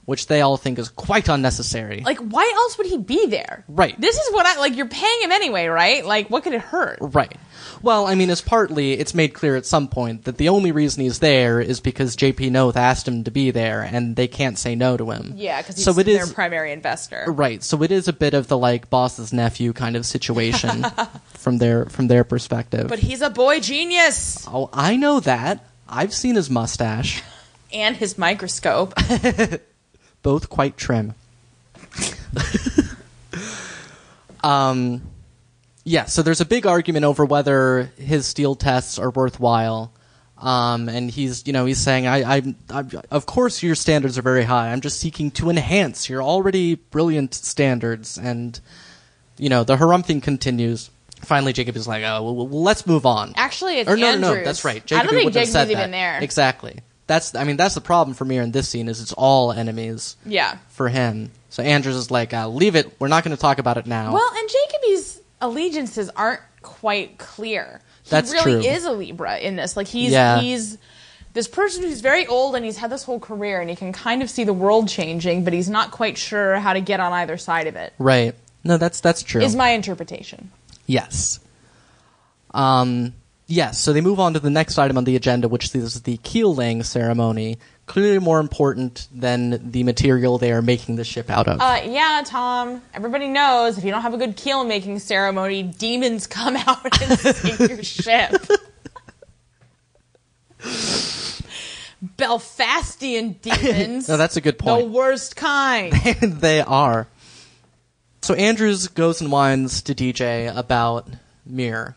Speaker 2: which they all think is quite unnecessary.
Speaker 1: Like, why else would he be there?
Speaker 2: Right.
Speaker 1: This is what I like. You're paying him anyway, right? Like, what could it hurt?
Speaker 2: Right. Well, I mean, it's partly it's made clear at some point that the only reason he's there is because J.P. Noth asked him to be there, and they can't say no to him.
Speaker 1: Yeah, because he's
Speaker 2: so it
Speaker 1: their
Speaker 2: is
Speaker 1: primary investor.
Speaker 2: right. So it is a bit of the like boss's nephew kind of situation from their from their perspective.
Speaker 1: But he's a boy genius
Speaker 2: oh, I know that. I've seen his mustache,
Speaker 1: and his microscope.
Speaker 2: both quite trim. um, yeah. So there's a big argument over whether his steel tests are worthwhile. Um, and he's, you know, he's saying, I, I, I, of course your standards are very high. I'm just seeking to enhance your already brilliant standards. And, you know, the harumphing continues. Finally, Jacob is like, oh, well, well, let's move on.
Speaker 1: Actually, it's
Speaker 2: or no, no, no,
Speaker 1: Andrews.
Speaker 2: that's right.
Speaker 1: I don't
Speaker 2: Jacoby
Speaker 1: think
Speaker 2: wouldn't have
Speaker 1: Jacoby's
Speaker 2: said
Speaker 1: even
Speaker 2: that.
Speaker 1: there.
Speaker 2: Exactly. That's, I mean, that's the problem for Mir in this scene is it's all enemies
Speaker 1: yeah.
Speaker 2: for him. So Andrews is like, uh, leave it. We're not going to talk about it now.
Speaker 1: Well, and Jacoby's allegiances aren't quite clear. He
Speaker 2: That's
Speaker 1: really
Speaker 2: true.
Speaker 1: is a Libra in this. Like he's
Speaker 2: Yeah.
Speaker 1: he's this person who's very old and he's had this whole career and he can kind of see the world changing, but he's not quite sure how to get on either side of it.
Speaker 2: right. No, that's that's true.
Speaker 1: Is my interpretation.
Speaker 2: Yes. Um, yes, so they move on to the next item on the agenda, which is the keel laying ceremony, clearly more important than the material they are making the ship out of.
Speaker 1: Uh, yeah, Tom. Everybody knows if you don't have a good keel making ceremony, demons come out and sink your ship. Belfastian demons.
Speaker 2: No, that's a good
Speaker 1: the
Speaker 2: point.
Speaker 1: worst kind.
Speaker 2: And they are. So Andrews goes and whines to DJ about Mir.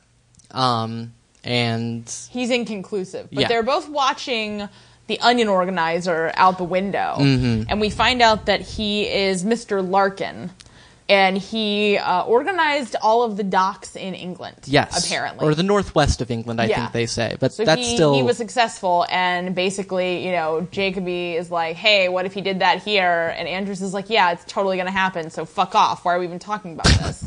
Speaker 2: Um, and
Speaker 1: He's inconclusive. But
Speaker 2: Yeah.
Speaker 1: they're both watching the onion organizer out the window.
Speaker 2: Mm-hmm.
Speaker 1: And we find out that he is Mr. Larkin. And he uh, organized all of the docks in England.
Speaker 2: yes.
Speaker 1: Apparently.
Speaker 2: Or the northwest of England, I
Speaker 1: Yeah.
Speaker 2: think they say. But
Speaker 1: so
Speaker 2: that's
Speaker 1: he,
Speaker 2: still.
Speaker 1: he was successful, and basically, you know, Jacoby is like, "Hey, what if he did that here?" And Andrews is like, "Yeah, it's totally gonna happen. So fuck off. Why are we even talking about this?"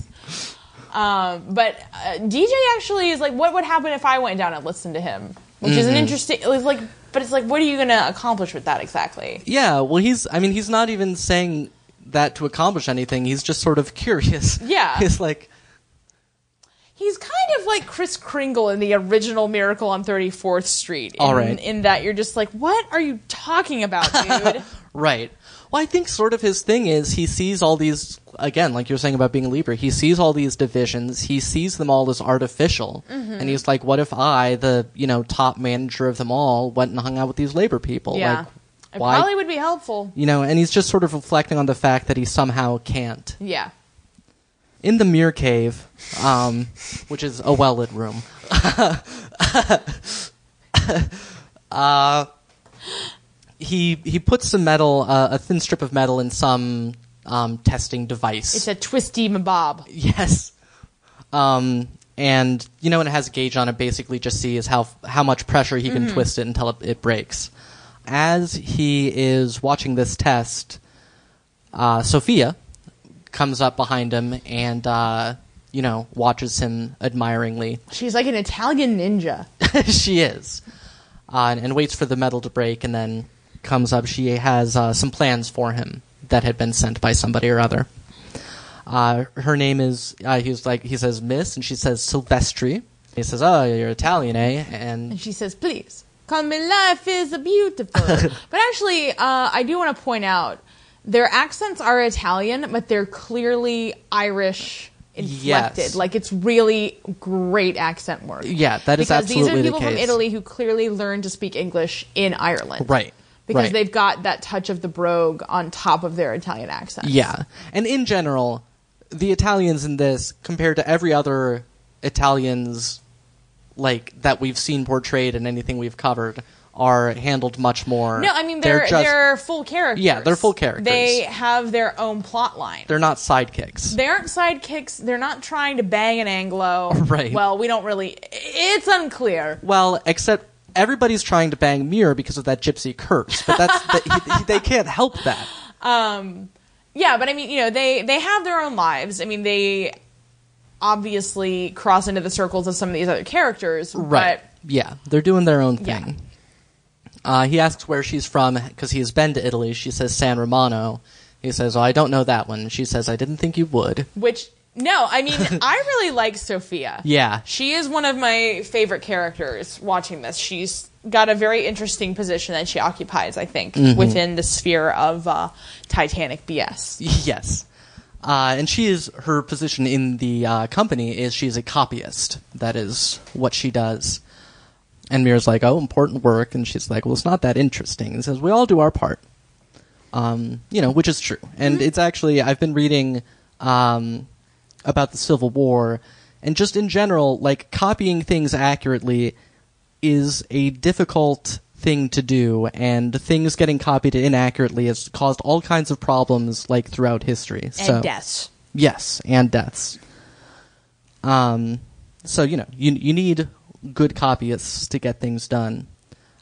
Speaker 1: um, but uh, DJ actually is like, "What would happen if I went down and listened to him?" Which is an
Speaker 2: Mm-hmm.
Speaker 1: interesting. It was like, but it's like, what are you gonna accomplish with that exactly?
Speaker 2: Yeah, well, he's. I mean, he's not even saying that to accomplish anything. He's just sort of curious.
Speaker 1: Yeah.
Speaker 2: he's like,
Speaker 1: He's kind of like Chris Kringle in the original Miracle on 34th Street. In,
Speaker 2: All right.
Speaker 1: In that you're just like, what are you talking about, dude?
Speaker 2: right. Well, I think sort of his thing is he sees all these again, like you were saying about being a Libra. He sees all these divisions. He sees them all as artificial,
Speaker 1: Mm-hmm.
Speaker 2: and he's like, "What if I, the you know top manager of them all, went and hung out with these labor people?
Speaker 1: yeah.
Speaker 2: Like,
Speaker 1: it
Speaker 2: why?
Speaker 1: probably would be helpful.
Speaker 2: you know?" And he's just sort of reflecting on the fact that he somehow can't.
Speaker 1: Yeah.
Speaker 2: in the mirror cave, um, which is a well lit room. uh, Uh, he he puts some metal, uh, a thin strip of metal, in some um, testing device.
Speaker 1: It's a twisty mabob.
Speaker 2: yes, um, and you know, and it has a gauge on it. Basically, just sees how how much pressure he can twist it until it, it breaks. As he is watching this test, uh, Sophia comes up behind him and, uh, you know, watches him admiringly.
Speaker 1: She's like an Italian ninja.
Speaker 2: she is. Uh, and, and waits for the metal to break and then comes up. She has uh, some plans for him that had been sent by somebody or other. Uh, her name is, uh, he's like, he says Miss, and she says Silvestri. He says, Oh, you're Italian, eh? And
Speaker 1: And she says, please, call me life is beautiful. but actually, uh, I do want to point out their accents are Italian, but they're clearly Irish inflected.
Speaker 2: Yes.
Speaker 1: Like it's really great accent work.
Speaker 2: Yeah, that is
Speaker 1: because these are
Speaker 2: absolutely the
Speaker 1: people from
Speaker 2: case.
Speaker 1: Italy who clearly learned to speak English in Ireland.
Speaker 2: Right,
Speaker 1: Because
Speaker 2: right.
Speaker 1: they've got that touch of the brogue on top of their Italian accent.
Speaker 2: Yeah. And in general, the Italians in this, compared to every other Italians like that we've seen portrayed in anything we've covered, are handled much more.
Speaker 1: No, I mean they're they're,
Speaker 2: just
Speaker 1: full characters.
Speaker 2: Yeah, they're full characters.
Speaker 1: They have their own plot line. They're,
Speaker 2: they're not sidekicks.
Speaker 1: not sidekicks. They're not trying to bang an Anglo.
Speaker 2: Right.
Speaker 1: Well, we don't really. It's unclear.
Speaker 2: well, except everybody's trying to bang Muir because of that gypsy curse, but that's that, he, he, they can't help that.
Speaker 1: Yeah, but I mean, you know, they they have their own lives. I mean, they obviously cross into the circles of some of these other characters.
Speaker 2: Right.
Speaker 1: But
Speaker 2: yeah, they're doing their own
Speaker 1: Yeah.
Speaker 2: thing. Uh, he asks where she's from because he has been to Italy. She says San Romano. He says, "Oh, I don't know that one." She says, "I didn't think you would."
Speaker 1: Which no, I mean I really like Sophia.
Speaker 2: Yeah.
Speaker 1: She is one of my favorite characters watching this. She's got a very interesting position that she occupies, I think,
Speaker 2: Mm-hmm.
Speaker 1: within the sphere of uh, Titanic BS.
Speaker 2: Yes. Uh, and she is her position in the uh, company is she's a copyist. That is what she does. And Mira's like, "Oh, important work," and she's like, "Well, it's not that interesting." And says, "We all do our part." Um, you know, which is true. And it's actually I've been reading um, about the Civil War, and just in general, like copying things accurately is a difficult thing to do, and things getting copied inaccurately has caused all kinds of problems like throughout history. so
Speaker 1: And deaths.
Speaker 2: yes, and deaths. Um, so you know, you you need good copyists to get things done,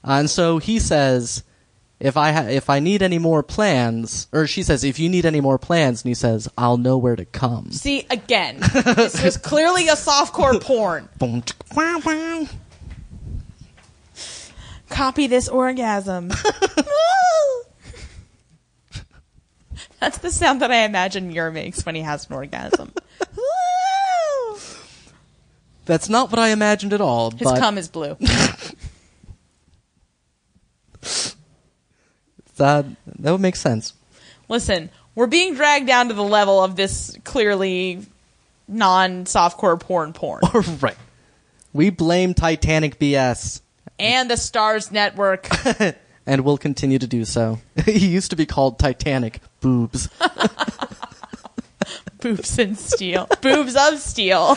Speaker 2: Uh, and so he says, if I ha- if I need any more plans, or she says, if you need any more plans, and he says, I'll know where to come.
Speaker 1: See, again, this was clearly a softcore porn.
Speaker 2: Boom, tsk, wow, wow.
Speaker 1: Copy this orgasm. That's the sound that I imagine Muir makes when he has an orgasm.
Speaker 2: That's not what I imagined at all.
Speaker 1: His
Speaker 2: but
Speaker 1: cum is blue.
Speaker 2: that that would make sense.
Speaker 1: Listen, we're being dragged down to the level of this clearly non softcore porn porn.
Speaker 2: right. We blame Titanic BS.
Speaker 1: and the Stars Network.
Speaker 2: and will continue to do so. he used to be called Titanic Boobs.
Speaker 1: boobs and steel. boobs of steel.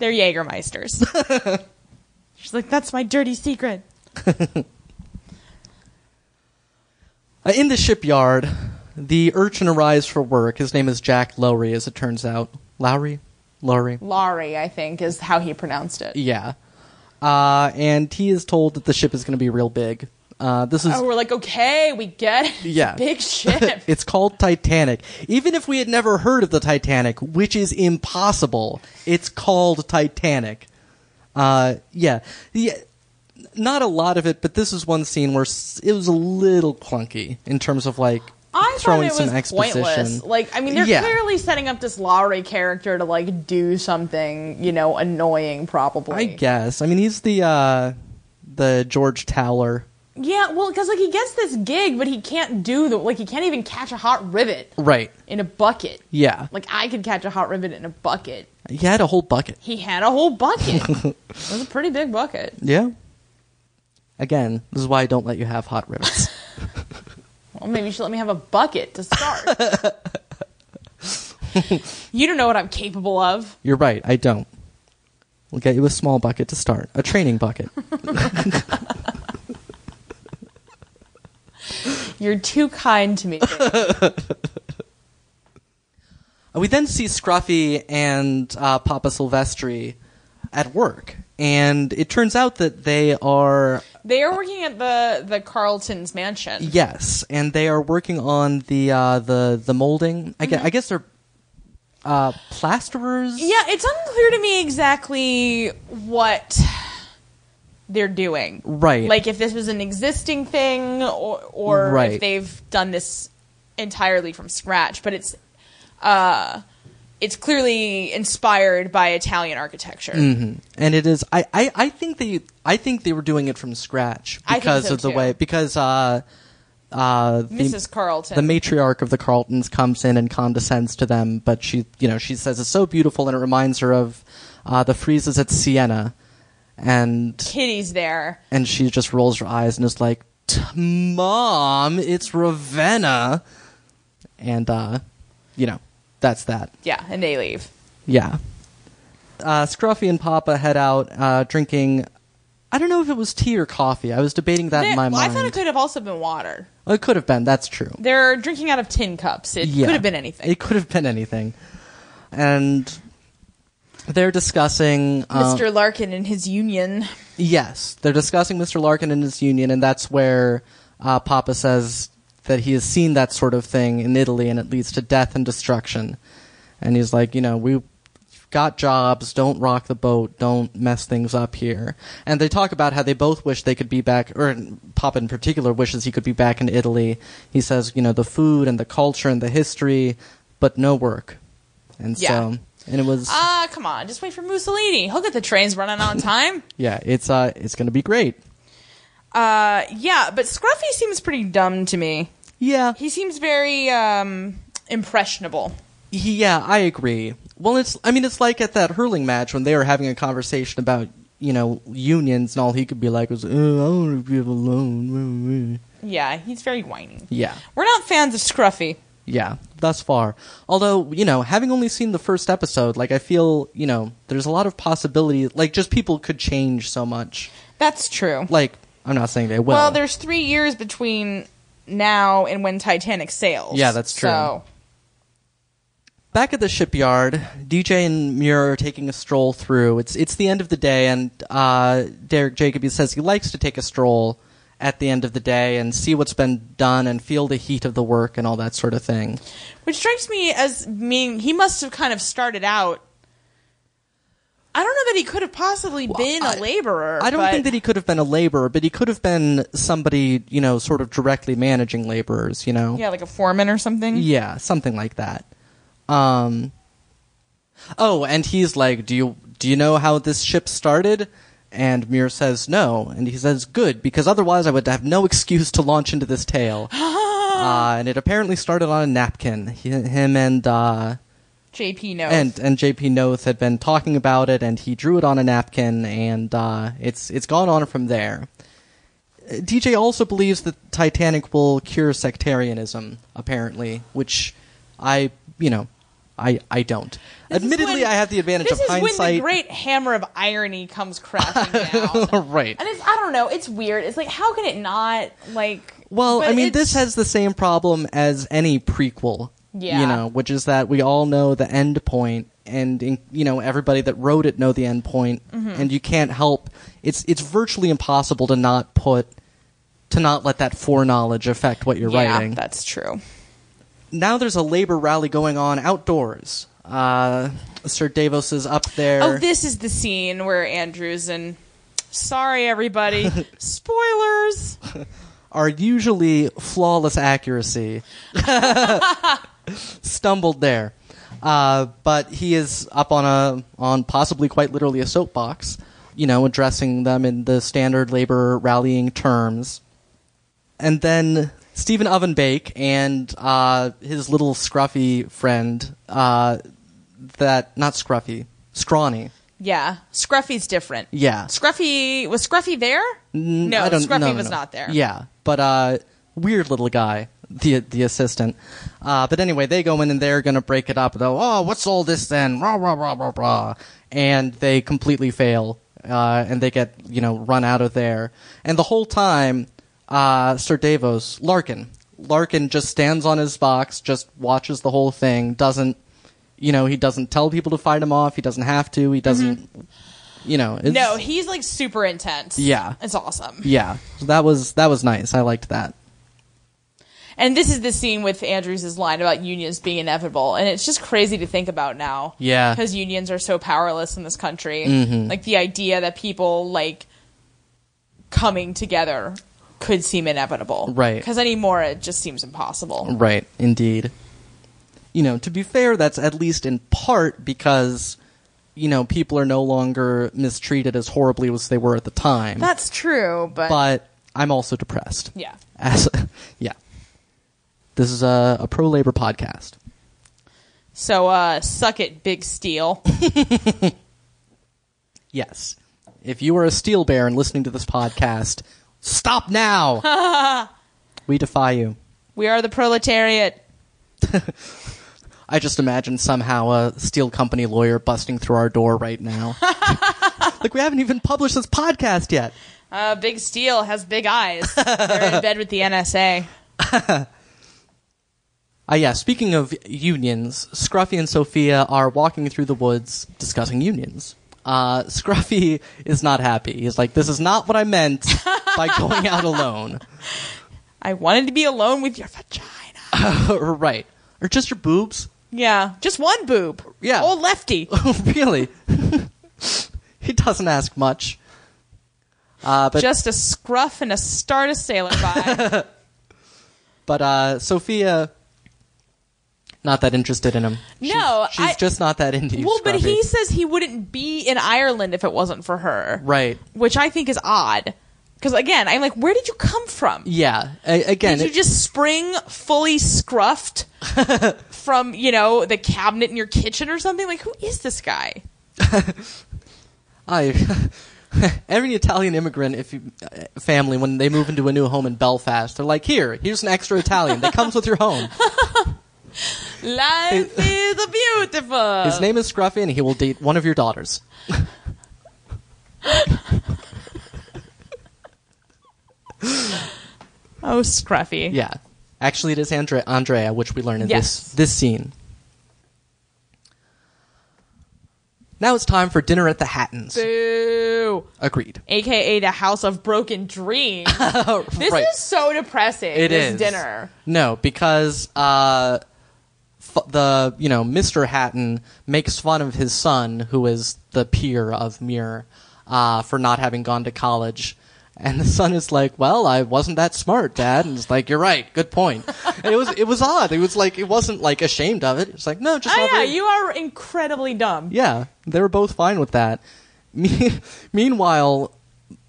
Speaker 1: They're Jägermeisters. She's like, that's my dirty secret.
Speaker 2: Uh, in the shipyard, the urchin arrives for work. His name is Jack Lowry, as it turns out. Lowry? Lowry.
Speaker 1: Laurie, I think, is how he pronounced it.
Speaker 2: Yeah. Uh, and he is told that the ship is going to be real big. Uh, this is
Speaker 1: Oh, we're like, okay, we get it. It's a
Speaker 2: Yeah.
Speaker 1: Big ship.
Speaker 2: It's called Titanic. Even if we had never heard of the Titanic, which is impossible, it's called Titanic. Uh, yeah. yeah. Not a lot of it, but this is one scene where s- it was a little clunky in terms of like
Speaker 1: I
Speaker 2: throwing
Speaker 1: thought it
Speaker 2: some
Speaker 1: was
Speaker 2: exposition.
Speaker 1: pointless. Like, I mean, they're
Speaker 2: Yeah.
Speaker 1: clearly setting up this Laurie character to like do something, you know, annoying, probably.
Speaker 2: I guess. I mean, he's the uh, the George Towler.
Speaker 1: Yeah, well, because like he gets this gig, but he can't do the like he can't even catch a hot rivet
Speaker 2: Right.
Speaker 1: in a bucket.
Speaker 2: Yeah.
Speaker 1: Like I could catch a hot rivet in a bucket.
Speaker 2: He had a whole bucket.
Speaker 1: He had a whole bucket. it was a pretty big bucket.
Speaker 2: Yeah. Again, this is why I don't let you have hot rivets.
Speaker 1: Well, maybe you should let me have a bucket to start. you don't know what I'm capable of.
Speaker 2: You're right. I don't. We'll get you a small bucket to start, a training bucket.
Speaker 1: You're too kind to me.
Speaker 2: we then see Scruffy and uh, Papa Silvestri at work, and it turns out that they are
Speaker 1: they are working at the the Carlton's mansion.
Speaker 2: yes, and they are working on the uh, the the molding. I, gue- I guess they're uh, plasterers.
Speaker 1: Yeah, it's unclear to me exactly what they're doing.
Speaker 2: Right.
Speaker 1: Like if this was an existing thing or or
Speaker 2: Right.
Speaker 1: if they've done this entirely from scratch, but it's uh it's clearly inspired by Italian architecture.
Speaker 2: Mm, and it is I, I I think they I think they were doing it from scratch
Speaker 1: I think
Speaker 2: because
Speaker 1: so,
Speaker 2: of the
Speaker 1: too.
Speaker 2: way because uh uh the-
Speaker 1: Mrs. Carlton.
Speaker 2: the matriarch of the Carltons comes in and condescends to them, but she, you know, she says it's so beautiful and it reminds her of uh, the freezes at Siena, and
Speaker 1: Kitty's there.
Speaker 2: and she just rolls her eyes and is like, "T- "Mom, it's Ravenna," and uh, you know, that's that.
Speaker 1: Yeah, and they leave.
Speaker 2: Yeah. Uh, Scruffy and Papa head out uh, drinking. I don't know if it was tea or coffee. I was debating that
Speaker 1: They-
Speaker 2: in my
Speaker 1: well, I
Speaker 2: mind.
Speaker 1: thought it could have also been water.
Speaker 2: it could have been. That's true.
Speaker 1: They're drinking out of tin cups. It
Speaker 2: Yeah.
Speaker 1: could have been anything.
Speaker 2: It could have been anything. And they're discussing uh,
Speaker 1: Mr. Larkin and his union.
Speaker 2: Yes, they're discussing Mr. Larkin and his union, and that's where uh, Papa says that he has seen that sort of thing in Italy, and it leads to death and destruction. And he's like, you know, we got jobs, don't rock the boat, don't mess things up here. And they talk about how they both wish they could be back, or Papa in particular wishes he could be back in Italy. He says, you know, the food and the culture and the history, but no work. And
Speaker 1: Yeah.
Speaker 2: so, and it was,
Speaker 1: Ah, come on. Just wait for Mussolini. He'll get the trains running on time.
Speaker 2: yeah, it's, uh, it's going to be great.
Speaker 1: uh, yeah, but Scruffy seems pretty dumb to me.
Speaker 2: Yeah.
Speaker 1: He seems very um, impressionable.
Speaker 2: Yeah, I agree. Well, it's I mean it's like at that hurling match when they were having a conversation about you know unions and all he could be like was oh, I want to be alone.
Speaker 1: Yeah, he's very whiny.
Speaker 2: Yeah,
Speaker 1: We're not fans of Scruffy.
Speaker 2: yeah. Thus far, although you know having only seen the first episode, like I feel you know there's a lot of possibility. Like just people could change so much.
Speaker 1: That's true.
Speaker 2: Like I'm not saying they will.
Speaker 1: Well, there's three years between now and when Titanic sails.
Speaker 2: Yeah, that's true.
Speaker 1: So,
Speaker 2: Back at the shipyard, DJ and Muir are taking a stroll through. It's it's the end of the day, and uh, Derek Jacoby says he likes to take a stroll at the end of the day and see what's been done and feel the heat of the work and all that sort of thing.
Speaker 1: which strikes me as meaning he must have kind of started out. I don't know that he could have possibly been
Speaker 2: I-
Speaker 1: a laborer.
Speaker 2: I don't
Speaker 1: but-
Speaker 2: think that he could have been a laborer, but he could have been somebody you know, sort of directly managing laborers. You know,
Speaker 1: Yeah, like a foreman or something.
Speaker 2: Yeah, something like that. Um Oh, and he's like, "Do you do you know how this ship started?" And Muir says, "No." And he says, "Good, because otherwise I would have no excuse to launch into this tale." uh, and it apparently started on a napkin. He, him and uh
Speaker 1: JP knows.
Speaker 2: and and JP Noth had been talking about it, and he drew it on a napkin, and uh, it's it's gone on from there. Uh, DJ also believes that Titanic will cure sectarianism, apparently, which I you know I I don't.
Speaker 1: This is
Speaker 2: Admittedly,
Speaker 1: when-
Speaker 2: I have the advantage of
Speaker 1: This is when the
Speaker 2: hindsight.
Speaker 1: great hammer of irony comes crashing down.
Speaker 2: right.
Speaker 1: And it's I don't know, it's weird. It's like how can it not like
Speaker 2: Well,
Speaker 1: but
Speaker 2: I mean,
Speaker 1: it's-
Speaker 2: this has the same problem as any prequel.
Speaker 1: Yeah.
Speaker 2: You know, which is that we all know the end point, and in, you know everybody that wrote it know the end point,
Speaker 1: Mm-hmm.
Speaker 2: and you can't help. It's it's virtually impossible to not put, to not let that foreknowledge affect what you're
Speaker 1: yeah,
Speaker 2: writing.
Speaker 1: that's true.
Speaker 2: now there's a labor rally going on outdoors. Uh, Sir Davos is up there.
Speaker 1: Oh, this is the scene where Andrews and sorry everybody, spoilers.
Speaker 2: our usually flawless accuracy stumbled there. Uh, but he is up on a on possibly quite literally a soapbox, you know, addressing them in the standard labor rallying terms. And then Stephen Ovenbake and uh, his little scruffy friend, uh, that not scruffy, scrawny.
Speaker 1: Yeah, Scruffy's different.
Speaker 2: Yeah,
Speaker 1: Scruffy was Scruffy there? No,
Speaker 2: I don't-
Speaker 1: Scruffy
Speaker 2: no, no,
Speaker 1: was
Speaker 2: no.
Speaker 1: not there.
Speaker 2: Yeah, but uh, weird little guy, the the assistant. Uh, but anyway, they go in and they're gonna break it up. Though, oh, what's all this then? Rah rah rah rah rah, and they completely fail, uh, and they get you know run out of there. And the whole time, uh, Sir Davos Larkin, Larkin just stands on his box, just watches the whole thing, doesn't. You know, he doesn't tell people to fight him off. He doesn't have to. He doesn't. You know, it's,
Speaker 1: Mm-hmm. No, he's like super intense.
Speaker 2: Yeah.
Speaker 1: It's awesome.
Speaker 2: yeah, so that was that was nice. I liked that.
Speaker 1: And this is the scene with Andrews' line about unions being inevitable. And it's just crazy to think about now.
Speaker 2: Yeah. Mm-hmm.
Speaker 1: Because unions are so powerless in this country. Like the idea that people like coming together could seem inevitable.
Speaker 2: Right.
Speaker 1: Because anymore it just seems impossible.
Speaker 2: Right, indeed. You know, to be fair, that's at least in part because you know people are no longer mistreated as horribly as they were at the time.
Speaker 1: That's true, but,
Speaker 2: but I'm also depressed.
Speaker 1: yeah.
Speaker 2: As yeah, this is a, a pro labor podcast.
Speaker 1: So uh suck it, big steel.
Speaker 2: Yes, if you are a steel bear and listening to this podcast, stop now. we defy you.
Speaker 1: we are the proletariat.
Speaker 2: I just imagine somehow a steel company lawyer busting through our door right now. like we haven't even published this podcast yet.
Speaker 1: Uh, Big Steel has big eyes. They're in bed with the NSA.
Speaker 2: Uh, yeah, speaking of unions, Scruffy and Sophia are walking through the woods discussing unions. Uh, Scruffy is not happy. He's like, this is not what I meant by going out alone.
Speaker 1: I wanted to be alone with your vagina.
Speaker 2: right. Or just your boobs.
Speaker 1: Yeah, just one boob.
Speaker 2: Yeah.
Speaker 1: old lefty.
Speaker 2: Oh, really? he doesn't ask much. Uh, but
Speaker 1: just a scruff and a start a sailor by.
Speaker 2: but uh, Sophia, not that interested in him. She's-
Speaker 1: No,
Speaker 2: she's
Speaker 1: I-
Speaker 2: just not that into you.
Speaker 1: well, but
Speaker 2: Scrubby.
Speaker 1: he says he wouldn't be in Ireland if it wasn't for her.
Speaker 2: right.
Speaker 1: Which I think is odd. Because again, I'm like, where did you come from?
Speaker 2: Yeah. A- again,
Speaker 1: Did you
Speaker 2: it-
Speaker 1: just spring fully scruffed from, you know, the cabinet in your kitchen or something? Like, who is this guy?
Speaker 2: I every Italian immigrant if you, uh, family when they move into a new home in Belfast, they're like, "Here, here's an extra Italian that comes with your home.
Speaker 1: Uh-huh. Life is beautiful.
Speaker 2: His name is Scruffy, and he will date one of your daughters."
Speaker 1: oh, Scruffy.
Speaker 2: Yeah. Actually, it is Andre- Andrea, which we learn in
Speaker 1: Yes.
Speaker 2: this this scene. Now it's time for dinner at the Hattons.
Speaker 1: Boo.
Speaker 2: Agreed.
Speaker 1: AKA the House of Broken Dreams. This
Speaker 2: right.
Speaker 1: is so depressing.
Speaker 2: It
Speaker 1: this
Speaker 2: is.
Speaker 1: dinner.
Speaker 2: No, because uh, f- the you know Mr. Hatton makes fun of his son, who is the peer of Muir, uh, for not having gone to college. And the son is like, "Well, I wasn't that smart, Dad." And it's like, "You're right. Good point." And it was it was odd. It was like it wasn't like ashamed of it. It's like, "No, just
Speaker 1: Oh
Speaker 2: not
Speaker 1: yeah,
Speaker 2: very-
Speaker 1: you are incredibly dumb.
Speaker 2: Yeah, they were both fine with that. Me- Meanwhile,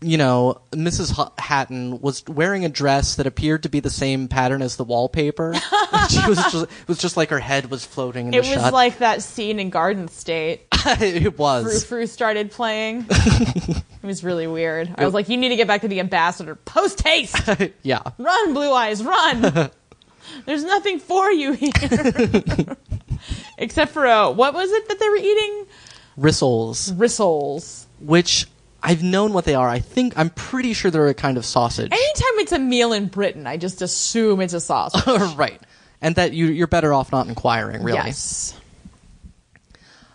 Speaker 2: you know, Mrs. H- Hatton was wearing a dress that appeared to be the same pattern as the wallpaper. she was just, it was just like her head was floating in
Speaker 1: It
Speaker 2: the
Speaker 1: was
Speaker 2: shot.
Speaker 1: like that scene in Garden State.
Speaker 2: it
Speaker 1: Frou
Speaker 2: was.
Speaker 1: Frou started playing. it was really weird. I was like, you need to get back to the ambassador. Post haste!
Speaker 2: yeah.
Speaker 1: Run, Blue Eyes, run! There's nothing for you here. Except for, uh, what was it that they were eating?
Speaker 2: Rissoles,
Speaker 1: Rissoles.
Speaker 2: which I've known what they are. I think I'm pretty sure they're a kind of sausage.
Speaker 1: Anytime it's a meal in Britain, I just assume it's a sausage.
Speaker 2: right. And that you you're better off not inquiring, really.
Speaker 1: Yes.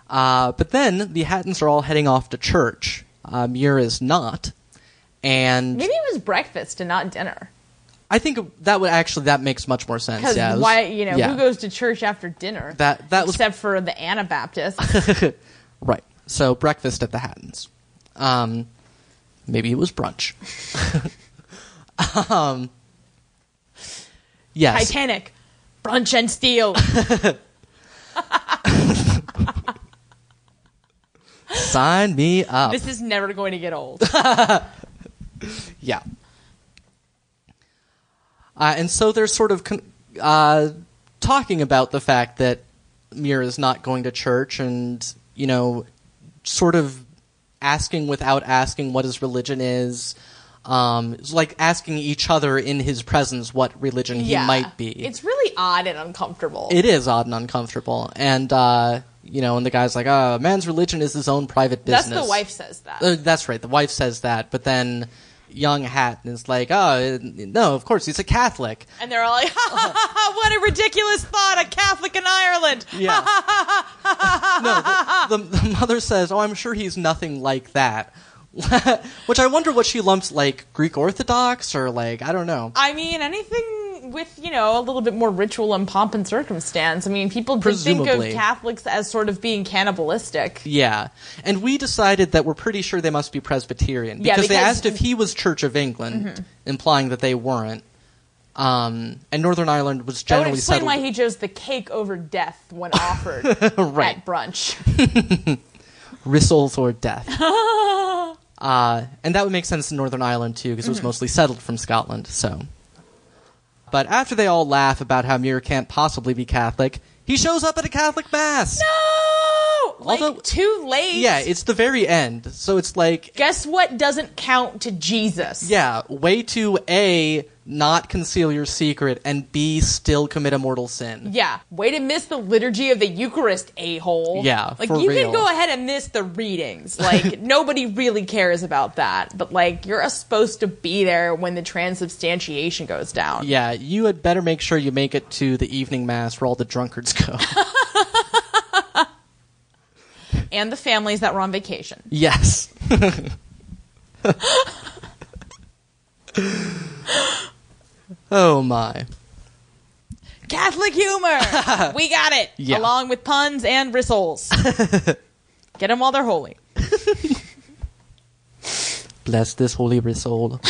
Speaker 2: Uh, but then the Hattons are all heading off to church. Uh, Muir is not. And
Speaker 1: Maybe it was breakfast and not dinner.
Speaker 2: I think that would actually that makes much more sense.
Speaker 1: Because
Speaker 2: Yeah, it was-
Speaker 1: why, you know,
Speaker 2: yeah.
Speaker 1: who goes to church after dinner?
Speaker 2: That- that was-
Speaker 1: Except for the Anabaptists.
Speaker 2: right? So breakfast at the Hattons. Um, maybe it was brunch. um, yes,
Speaker 1: Titanic, brunch and steel.
Speaker 2: sign me up.
Speaker 1: this is never going to get old.
Speaker 2: Yeah. Uh, and so they're sort of con- uh, talking about the fact that Mira is not going to church and, you know, sort of asking without asking what his religion is. Um, it's like asking each other in his presence what religion he might be.
Speaker 1: It's really odd and uncomfortable.
Speaker 2: it is odd and uncomfortable. And, uh, you know, and the guy's like, oh, a man's religion is his own private
Speaker 1: That's
Speaker 2: business.
Speaker 1: the wife says that.
Speaker 2: Uh, that's right. The wife says that, but then young Hatton is like, "Oh, uh, no, of course he's a Catholic."
Speaker 1: and they're all like, ha, ha, ha, ha, what a ridiculous thought, a Catholic in Ireland.
Speaker 2: Yeah. no, the, the, the mother says, "Oh, I'm sure he's nothing like that." Which I wonder what she lumps like Greek Orthodox or like I don't know.
Speaker 1: I mean, anything with, you know, a little bit more ritual and pomp and circumstance. I mean, people did think of
Speaker 2: Presumably.
Speaker 1: Catholics as sort of being cannibalistic.
Speaker 2: Yeah, and we decided that we're pretty sure they must be Presbyterian
Speaker 1: Yeah,
Speaker 2: because, they
Speaker 1: because- Mm-hmm.
Speaker 2: asked if he was Church of England, implying that they weren't. Um, and Northern Ireland was
Speaker 1: That would
Speaker 2: generally
Speaker 1: explain
Speaker 2: settled.
Speaker 1: why he chose the cake over death when offered
Speaker 2: Right.
Speaker 1: at brunch.
Speaker 2: rissoles or death. uh, and that would make sense in Northern Ireland too, because it was mostly settled from Scotland. So, but after they all laugh about how Muir can't possibly be Catholic, he shows up at a Catholic mass.
Speaker 1: No! Oh! Like,
Speaker 2: Although-
Speaker 1: too late.
Speaker 2: Yeah, it's the very end, so it's like,
Speaker 1: Guess what doesn't count to Jesus?
Speaker 2: yeah, way to a not conceal your secret and b still commit a mortal sin.
Speaker 1: Yeah. Way to miss the liturgy of the Eucharist, a hole.
Speaker 2: Yeah,
Speaker 1: Like,
Speaker 2: for
Speaker 1: you
Speaker 2: real.
Speaker 1: can go ahead and miss the readings. Like, nobody really cares about that. But, like, you're supposed to be there when the transubstantiation goes down.
Speaker 2: Yeah, you had better make sure you make it to the evening mass where all the drunkards go.
Speaker 1: And the families that were on vacation.
Speaker 2: Yes. oh my.
Speaker 1: Catholic humor. we got it.
Speaker 2: Yeah.
Speaker 1: Along with puns and bristles. Get them while they're holy.
Speaker 2: Bless this holy soul.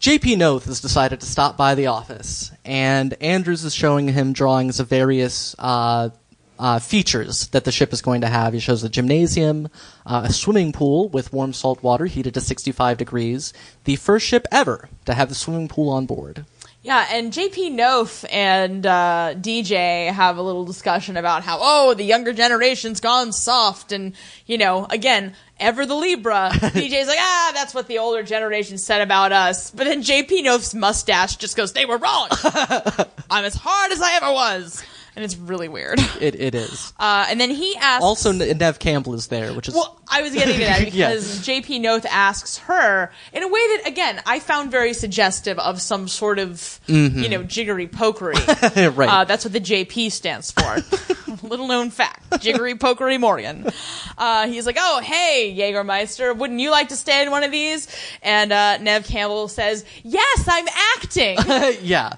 Speaker 2: JP Noth has decided to stop by the office, and Andrews is showing him drawings of various uh, uh, features that the ship is going to have. He shows a gymnasium, uh, a swimming pool with warm salt water heated to 65 degrees, the first ship ever to have the swimming pool on board.
Speaker 1: Yeah, and JP Noth and uh, DJ have a little discussion about how, oh, the younger generation's gone soft. And, you know, again, ever the Libra. DJ's like, ah, that's what the older generation said about us. But then JP Noth's mustache just goes, they were wrong. I'm as hard as I ever was. And it's really weird.
Speaker 2: It, it is.
Speaker 1: Uh, and then he asks.
Speaker 2: Also, N- Nev Campbell is there, which is
Speaker 1: Well, I was getting to that
Speaker 2: Yeah.
Speaker 1: because JP Noth asks her in a way that, again, I found very suggestive of some sort of, you know, jiggery pokery.
Speaker 2: Mm-hmm. right.
Speaker 1: Uh, that's what the JP stands for. Little known fact. Jiggery pokery Morgan. Uh, he's like, oh, hey, Jägermeister, wouldn't you like to stay in one of these? And uh, Nev Campbell says, yes, I'm acting.
Speaker 2: yeah.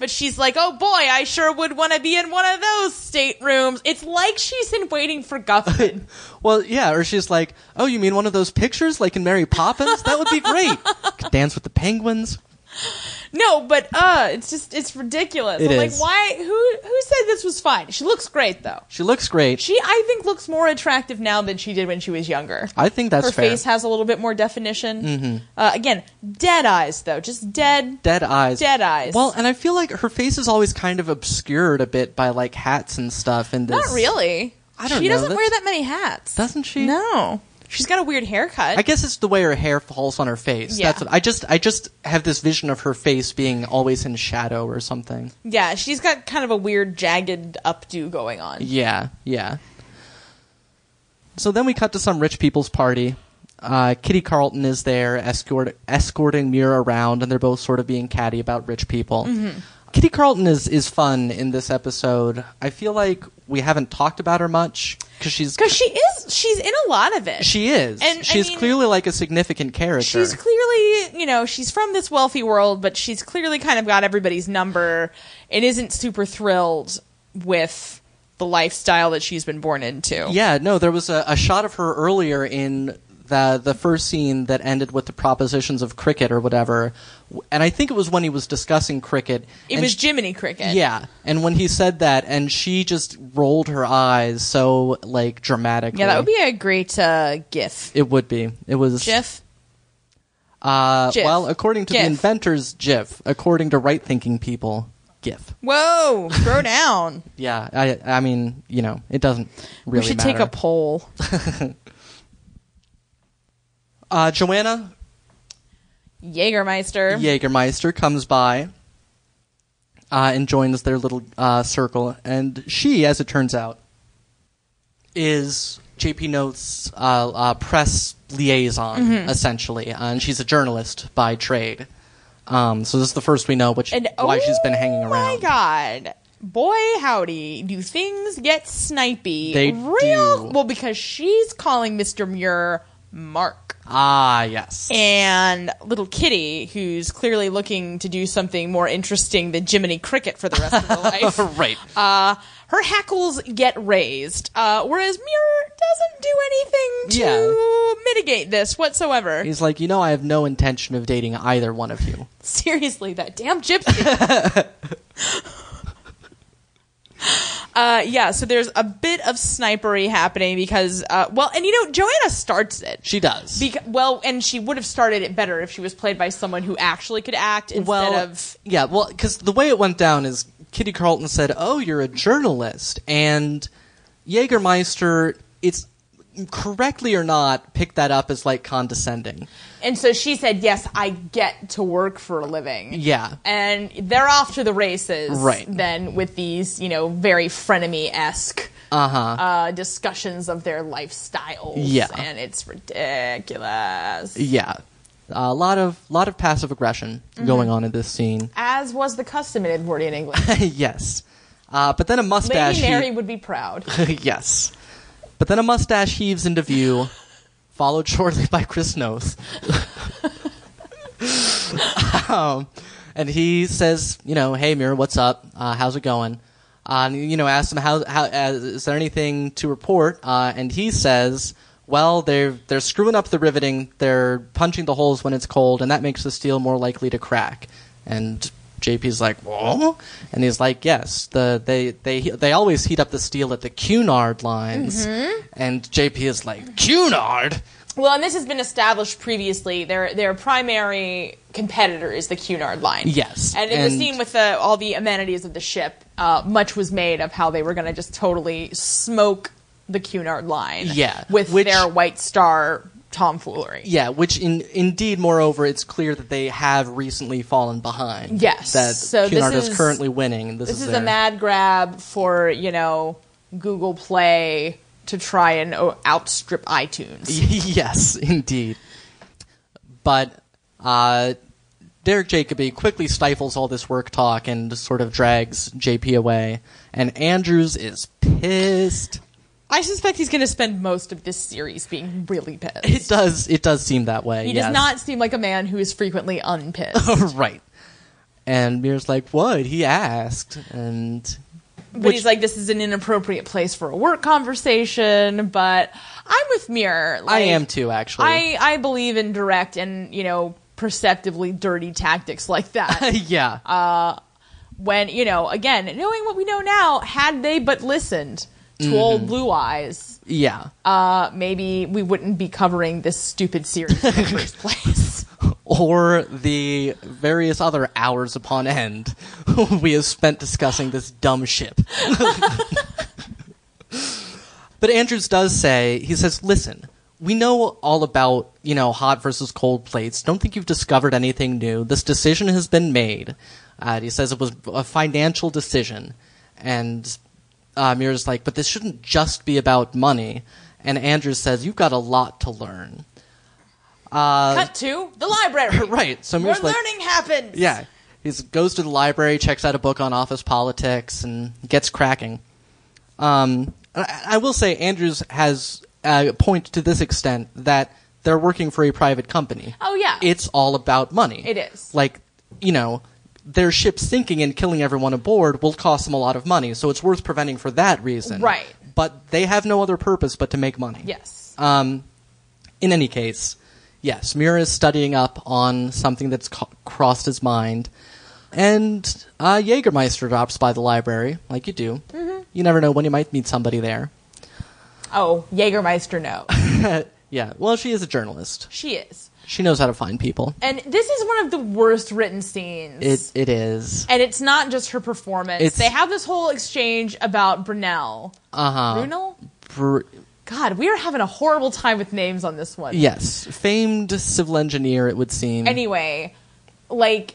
Speaker 1: But she's like, oh boy, I sure would want to be in one of those staterooms. It's like she's in Waiting for Guffman.
Speaker 2: Well, yeah, or she's like, "Oh, you mean one of those pictures like in Mary Poppins? That would be great. Could dance with the penguins."
Speaker 1: No, but uh, it's just it's ridiculous.
Speaker 2: It
Speaker 1: I'm like,
Speaker 2: is.
Speaker 1: why? Who who said this was fine? She looks great though.
Speaker 2: She looks great.
Speaker 1: She I think looks more attractive now than she did when she was younger.
Speaker 2: I think that's
Speaker 1: Her
Speaker 2: fair.
Speaker 1: face has a little bit more definition. Mm-hmm. Uh, again, dead eyes though, just dead.
Speaker 2: dead eyes.
Speaker 1: Dead eyes.
Speaker 2: Well, and I feel like her face is always kind of obscured a bit by like hats and stuff. And this,
Speaker 1: Not really.
Speaker 2: I don't
Speaker 1: she
Speaker 2: know,
Speaker 1: doesn't wear
Speaker 2: that's-
Speaker 1: that many hats.
Speaker 2: Doesn't she?
Speaker 1: No, she's got a weird haircut.
Speaker 2: I guess it's the way her hair falls on her face.
Speaker 1: Yeah.
Speaker 2: That's what I just I just have this vision of her face being always in shadow or something.
Speaker 1: yeah, she's got kind of a weird jagged updo going on.
Speaker 2: Yeah, yeah. So then we cut to some rich people's party. Uh, Kitty Carlton is there escort, escorting Mira around, and they're both sort of being catty about rich people.
Speaker 1: Mm-hmm.
Speaker 2: Kitty Carlton is, is fun in this episode. I feel like we haven't talked about her much because she's
Speaker 1: Because she is, she's in a lot of it.
Speaker 2: she is
Speaker 1: And, I
Speaker 2: she's
Speaker 1: mean-
Speaker 2: clearly like a significant character.
Speaker 1: She's clearly, you know, she's from this wealthy world, but she's clearly kind of got everybody's number and isn't super thrilled with the lifestyle that she's been born into.
Speaker 2: Yeah, no, there was a, a shot of her earlier in the the first scene that ended with the propositions of cricket or whatever, W- and I think it was when he was discussing cricket.
Speaker 1: It
Speaker 2: and
Speaker 1: was
Speaker 2: she-
Speaker 1: Jiminy Cricket.
Speaker 2: yeah, and when he said that, and she just rolled her eyes so like dramatically.
Speaker 1: Yeah, that would be a great uh, GIF.
Speaker 2: It would be. It was.
Speaker 1: GIF?
Speaker 2: Uh,
Speaker 1: Gif.
Speaker 2: Well, according to the
Speaker 1: Gif.
Speaker 2: inventors, GIF. According to right-thinking people, GIF.
Speaker 1: Whoa, throw down.
Speaker 2: Yeah, I, I mean, you know, it doesn't really
Speaker 1: we should
Speaker 2: matter.
Speaker 1: take a poll.
Speaker 2: uh, Joanna
Speaker 1: Jägermeister.
Speaker 2: Jägermeister comes by uh, and joins their little uh, circle. And she, as it turns out, is JP Notes' uh, uh, press liaison,
Speaker 1: Mm-hmm.
Speaker 2: essentially. Uh, and she's a journalist by trade. Um, so this is the first we know which,
Speaker 1: And
Speaker 2: why
Speaker 1: oh
Speaker 2: she's been hanging
Speaker 1: my
Speaker 2: around.
Speaker 1: god. Boy, howdy, do things get snipey.
Speaker 2: They
Speaker 1: Real.
Speaker 2: do.
Speaker 1: Well, because she's calling Mr. Muir Mark.
Speaker 2: Ah, yes.
Speaker 1: and little kitty who's clearly looking to do something more interesting than jiminy cricket for the rest of her life
Speaker 2: right.
Speaker 1: uh, her hackles get raised uh, whereas mirror doesn't do anything to mitigate this whatsoever
Speaker 2: He's like, you know, I have no intention of dating either one of you.
Speaker 1: seriously that damn gypsy Uh, yeah, so there's a bit of snipery happening because, uh, well, and you know, Joanna starts it.
Speaker 2: She does.
Speaker 1: Because, well, and she would have started it better if she was played by someone who actually could act instead of.
Speaker 2: yeah well because the way it went down is kitty carlton said oh you're a journalist and jägermeister it's correctly or not picked that up as like condescending
Speaker 1: And so she said, "Yes, I get to work for a living."
Speaker 2: Yeah.
Speaker 1: and they're off to the races,
Speaker 2: Right.
Speaker 1: Then with these, you know, very frenemy esque
Speaker 2: uh-huh
Speaker 1: uh, discussions of their lifestyles.
Speaker 2: Yeah.
Speaker 1: and it's ridiculous.
Speaker 2: yeah a lot of lot of passive aggression
Speaker 1: Mm-hmm.
Speaker 2: going on in this scene
Speaker 1: As was the custom in Edwardian England,
Speaker 2: yes uh, but then a mustache
Speaker 1: Lady Mary
Speaker 2: he-
Speaker 1: would be proud.
Speaker 2: yes but then a mustache heaves into view followed shortly by Chris Noth. um, and he says, you know, hey, Mira, what's up? Uh, how's it going? Uh, and, you know, asks him, how, how, uh, is there anything to report? Uh, and he says, well, they're, they're screwing up the riveting, they're punching the holes when it's cold, and that makes the steel more likely to crack. And JP's like, whoa? And he's like, yes, the, they, they, they always heat up the steel at the Cunard lines. And JP is like, Cunard?
Speaker 1: Well, and this has been established previously. Their their primary competitor is the Cunard line.
Speaker 2: Yes,
Speaker 1: and in the
Speaker 2: and-
Speaker 1: scene with the, all the amenities of the ship, uh, much was made of how they were going to just totally smoke the Cunard line.
Speaker 2: Yeah,
Speaker 1: with
Speaker 2: which-
Speaker 1: their White Star tomfoolery.
Speaker 2: Yeah, which in, indeed, moreover, it's clear that they have recently fallen behind.
Speaker 1: Yes,
Speaker 2: that
Speaker 1: so this
Speaker 2: Cunard is,
Speaker 1: is-
Speaker 2: currently winning. and This,
Speaker 1: This
Speaker 2: is,
Speaker 1: is
Speaker 2: their,
Speaker 1: a mad grab for you know Google Play to try and o- outstrip iTunes.
Speaker 2: yes, indeed. But uh, Derek Jacobi quickly stifles all this work talk and sort of drags JP away. And Andrews is pissed.
Speaker 1: I suspect he's going to spend most of this series being really pissed.
Speaker 2: It does. It does seem that way.
Speaker 1: He
Speaker 2: yes.
Speaker 1: does not seem like a man who is frequently unpissed.
Speaker 2: right. And Mir's like, "What?" He asked, and
Speaker 1: But he's like, this is an inappropriate place for a work conversation. But I'm with Mirror.
Speaker 2: I
Speaker 1: Like,
Speaker 2: am too. Actually,
Speaker 1: I, I believe in direct and, you know, perceptively dirty tactics like that.
Speaker 2: yeah.
Speaker 1: Uh, when, you know, again, knowing what we know now, had they but listened to
Speaker 2: Mm-hmm.
Speaker 1: old Blue Eyes,
Speaker 2: Yeah.
Speaker 1: uh, maybe we wouldn't be covering this stupid series in the first place.
Speaker 2: or the various other hours upon end we have spent discussing this dumb ship. but Andrews does say, he says, listen, we know all about, you know, hot versus cold plates. Don't think you've discovered anything new. This decision has been made. Uh, and he says it was a financial decision. And uh, Mira's like, but this shouldn't just be about money. And Andrews says, you've got a lot to learn.
Speaker 1: Cut to the library.
Speaker 2: Uh, Right. So
Speaker 1: Where
Speaker 2: Mira's like,
Speaker 1: learning happens.
Speaker 2: yeah. He goes to the library, checks out a book on office politics, and gets cracking. Um, I, I will say, Andrews has a point to this extent that they're working for a private company.
Speaker 1: Oh, yeah.
Speaker 2: It's all about money.
Speaker 1: It is.
Speaker 2: Like, you know, their ship sinking and killing everyone aboard will cost them a lot of money, so it's worth preventing for that reason.
Speaker 1: Right.
Speaker 2: But they have no other purpose but to make money.
Speaker 1: Yes.
Speaker 2: Um, in any case, yes, Mira is studying up on something that's co- crossed his mind, and uh, Jägermeister drops by the library, like you do.
Speaker 1: Mm-hmm.
Speaker 2: You never know when you might meet somebody there. Uh,
Speaker 1: Oh, Jägermeister, no.
Speaker 2: yeah, well, she is a journalist.
Speaker 1: She is.
Speaker 2: She knows how to find people.
Speaker 1: And this is one of the worst written scenes.
Speaker 2: It it is.
Speaker 1: and it's not just her performance.
Speaker 2: It's-
Speaker 1: they have this whole exchange about Brunel.
Speaker 2: Uh huh.
Speaker 1: Brunel?
Speaker 2: Br-
Speaker 1: God, we are having a horrible time with names on this one.
Speaker 2: yes, famed civil engineer, it would seem.
Speaker 1: Anyway, like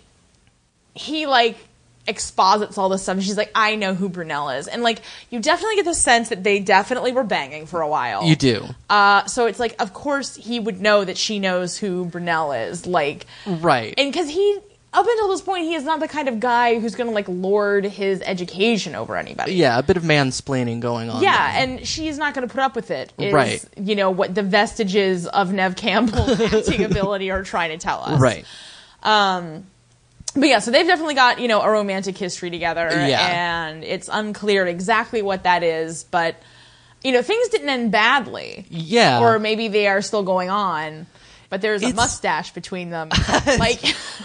Speaker 1: he like exposits all this stuff and she's like, I know who Brunel is. And like you definitely get the sense that they definitely were banging for a while.
Speaker 2: you do.
Speaker 1: Uh so it's like of course he would know that she knows who Brunel is. Like
Speaker 2: Right.
Speaker 1: and because he up until this point he is not the kind of guy who's gonna like lord his education over anybody
Speaker 2: yeah, a bit of mansplaining going on.
Speaker 1: yeah and she's not gonna put up with it is,
Speaker 2: Right.
Speaker 1: you know what the vestiges of nev campbell's acting ability are trying to tell us
Speaker 2: there. Right.
Speaker 1: but yeah so they've definitely got you know a romantic history together
Speaker 2: Yeah.
Speaker 1: and it's unclear exactly what that is but you know things didn't end badly
Speaker 2: Yeah.
Speaker 1: or maybe they are still going on but there's a
Speaker 2: It's-
Speaker 1: mustache between them like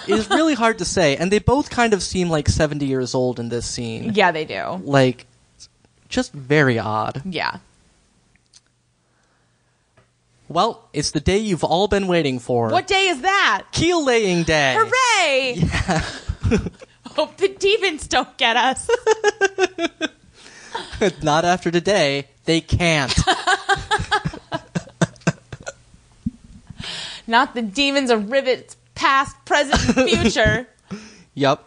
Speaker 2: it's really hard to say and they both kind of seem like 70 years old in this scene
Speaker 1: yeah they do
Speaker 2: like just very odd
Speaker 1: yeah
Speaker 2: well it's the day you've all been waiting for
Speaker 1: what day is that
Speaker 2: keel laying day
Speaker 1: Hooray! Hope the demons don't get us.
Speaker 2: not after today they can't
Speaker 1: Not the demons of rivets, past, present, and future.
Speaker 2: yep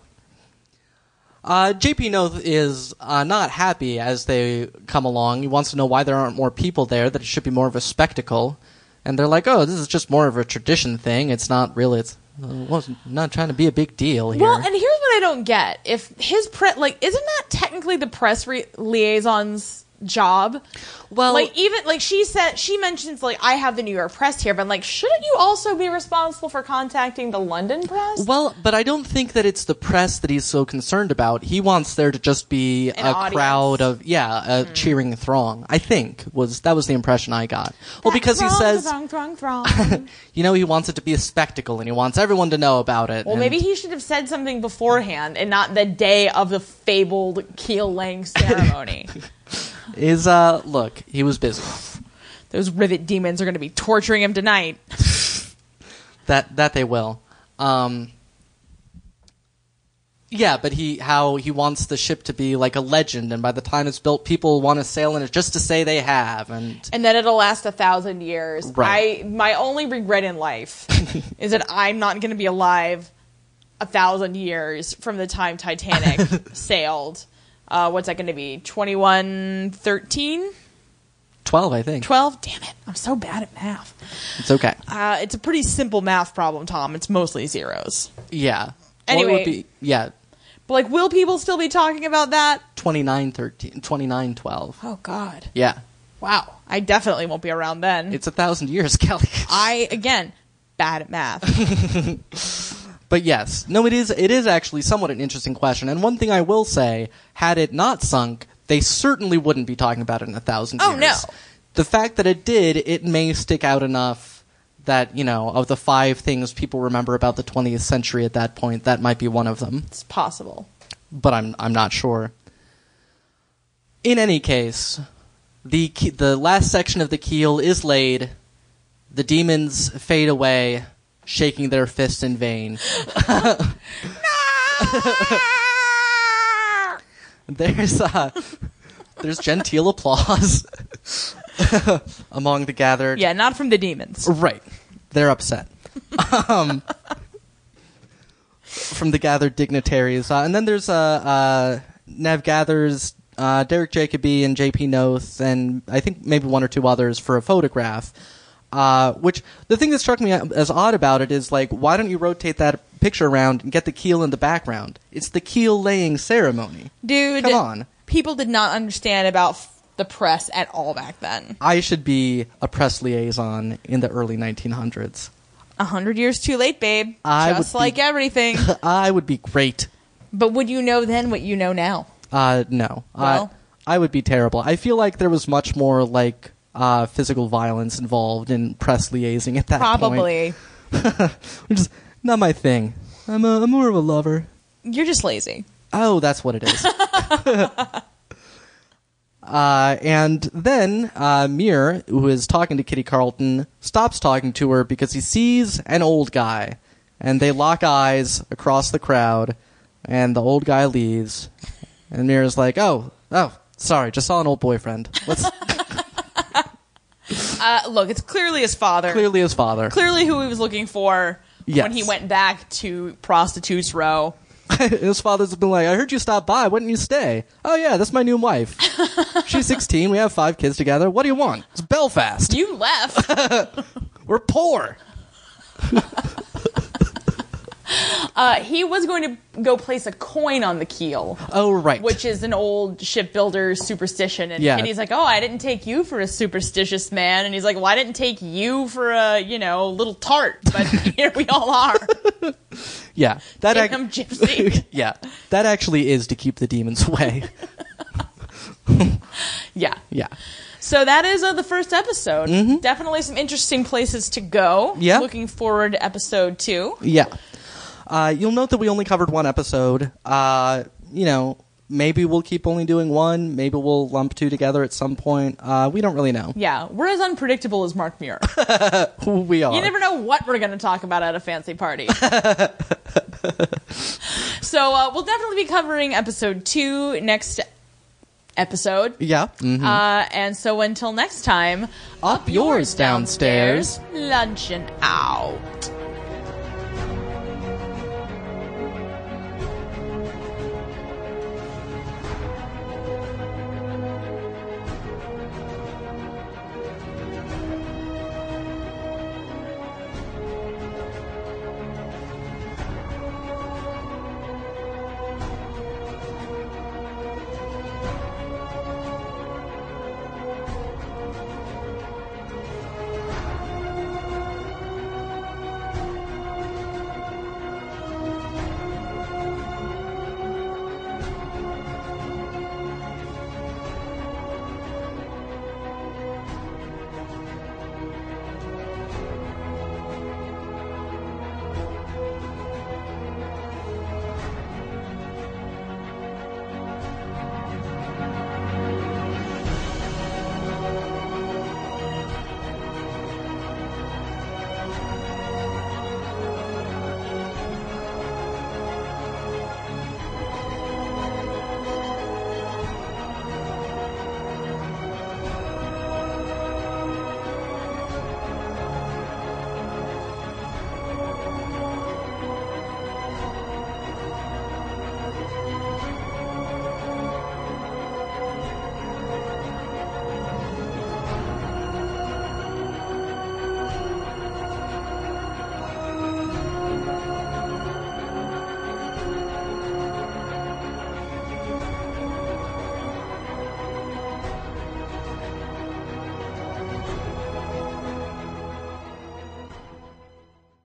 Speaker 2: uh, JP Noth is uh, not happy as they come along. He wants to know why there aren't more people there, that it should be more of a spectacle. And they're like, oh, this is just more of a tradition thing. It's not really, it's uh, wasn't, not trying to be a big deal here.
Speaker 1: Well, and here's what I don't get: if his pre like, isn't that technically the press re- liaison's job.
Speaker 2: Well-
Speaker 1: like even like she said, she mentions like I have the New York Press here, but I'm like, shouldn't you also be responsible for contacting the London Press?
Speaker 2: Well, but I don't think that it's the press that he's so concerned about. He wants there to just be
Speaker 1: An
Speaker 2: a
Speaker 1: audience. Hmm.
Speaker 2: crowd of yeah, a cheering throng. I think was that was the impression I got. Well, because he
Speaker 1: Throng,
Speaker 2: says
Speaker 1: throng, throng, throng.
Speaker 2: you know he wants it to be a spectacle and he wants everyone to know about it.
Speaker 1: well,
Speaker 2: and-
Speaker 1: maybe he should have said something beforehand and not the day of the fabled keel laying ceremony.
Speaker 2: is uh look he was busy.
Speaker 1: Those rivet demons are going to be torturing him tonight.
Speaker 2: That that they will. Um yeah, but he how he wants the ship to be like a legend, and by the time it's built, people want to sail in it just to say they have. And
Speaker 1: and that it'll last a thousand years.
Speaker 2: Right.
Speaker 1: I my only regret in life is that I'm not going to be alive a thousand years from the time Titanic sailed. Uh, what's that going to be? 21, 13,
Speaker 2: twelve, I think
Speaker 1: 12? Damn it. I'm so bad at math.
Speaker 2: it's okay.
Speaker 1: Uh, it's a pretty simple math problem, Tom. It's mostly zeros.
Speaker 2: Yeah.
Speaker 1: Anyway.
Speaker 2: Well, it would be, yeah,
Speaker 1: But, like, will people still be talking about that?
Speaker 2: 29 13, 29 12.
Speaker 1: Oh, God.
Speaker 2: Yeah.
Speaker 1: Wow. I definitely won't be around then.
Speaker 2: It's a thousand years, Kelly.
Speaker 1: I, again, bad at math.
Speaker 2: But yes, no, it is. It is actually somewhat an interesting question. And one thing I will say, had it not sunk, they certainly wouldn't be talking about it in a thousand
Speaker 1: Oh,
Speaker 2: years.
Speaker 1: no.
Speaker 2: The fact that it did, it may stick out enough that you know of the five things people remember about the 20th century at that point, that might be one of them.
Speaker 1: it's possible.
Speaker 2: but I'm I'm not sure. In any case, the ke- the last section of the keel is laid. The demons fade away, shaking their fists in vain. There's uh, there's genteel applause among the gathered.
Speaker 1: Yeah, not from the demons.
Speaker 2: Right. They're upset. um, from the gathered dignitaries. Uh, and then there's uh, uh, Nev Gathers, uh, Derek Jacobi, and JP Noth, and I think maybe one or two others for a photograph. Uh, which the thing that struck me as odd about it is like, why don't you rotate that picture around and get the keel in the background? It's the keel laying ceremony.
Speaker 1: Dude,
Speaker 2: Come on.
Speaker 1: People did not understand about f- the press at all back then.
Speaker 2: I should be a press liaison in the early 1900s.
Speaker 1: A hundred years too late, babe.
Speaker 2: I
Speaker 1: Just
Speaker 2: would
Speaker 1: like
Speaker 2: be-
Speaker 1: everything.
Speaker 2: I would be great.
Speaker 1: but would you know then what you know now?
Speaker 2: Uh, no.
Speaker 1: Well?
Speaker 2: I, I would be terrible. I feel like there was much more like uh, physical violence involved in press liaising at that point.
Speaker 1: Probably.
Speaker 2: Which is not my thing. I'm, a, I'm more of a lover.
Speaker 1: You're just lazy.
Speaker 2: Oh, that's what it is. uh, and then uh, Mir, who is talking to Kitty Carlton, stops talking to her because he sees an old guy. And they lock eyes across the crowd, and the old guy leaves. And Mira's like, oh, oh, sorry, just saw an old boyfriend. Let's
Speaker 1: Uh, look, it's clearly his father.
Speaker 2: clearly his father.
Speaker 1: Clearly who he was looking for
Speaker 2: Yes.
Speaker 1: when he went back to Prostitutes Row.
Speaker 2: his father's been like, I heard you stop by. Why didn't you stay? Oh, yeah, that's my new wife. She's 16. We have five kids together. What do you want? It's Belfast.
Speaker 1: You left.
Speaker 2: We're poor.
Speaker 1: uh, he was going to go place a coin on the keel.
Speaker 2: Oh, right.
Speaker 1: which is an old shipbuilder superstition. And,
Speaker 2: Yeah.
Speaker 1: and he's like, "Oh, I didn't take you for a superstitious man," and he's like, "Well, I didn't take you for a you know little tart, but here we all are."
Speaker 2: yeah, that ac-
Speaker 1: Damn gypsy.
Speaker 2: yeah, that actually is to keep the demons away.
Speaker 1: yeah.
Speaker 2: yeah,
Speaker 1: So that is uh, the first episode. Definitely some interesting places to go.
Speaker 2: Mm-hmm. Yeah.
Speaker 1: Looking forward to episode two.
Speaker 2: yeah. Uh, you'll note that we only covered one episode. Uh, you know, maybe we'll keep only doing one. Maybe we'll lump two together at some point. Uh, we don't really know
Speaker 1: Yeah, we're as unpredictable as Mark Muir.
Speaker 2: who we are.
Speaker 1: You never know what we're going to talk about at a fancy party. so uh, we'll definitely be covering episode two next episode.
Speaker 2: yeah. Mhm.
Speaker 1: Uh, and so until next time,
Speaker 2: Up yours downstairs.
Speaker 1: downstairs, luncheon out.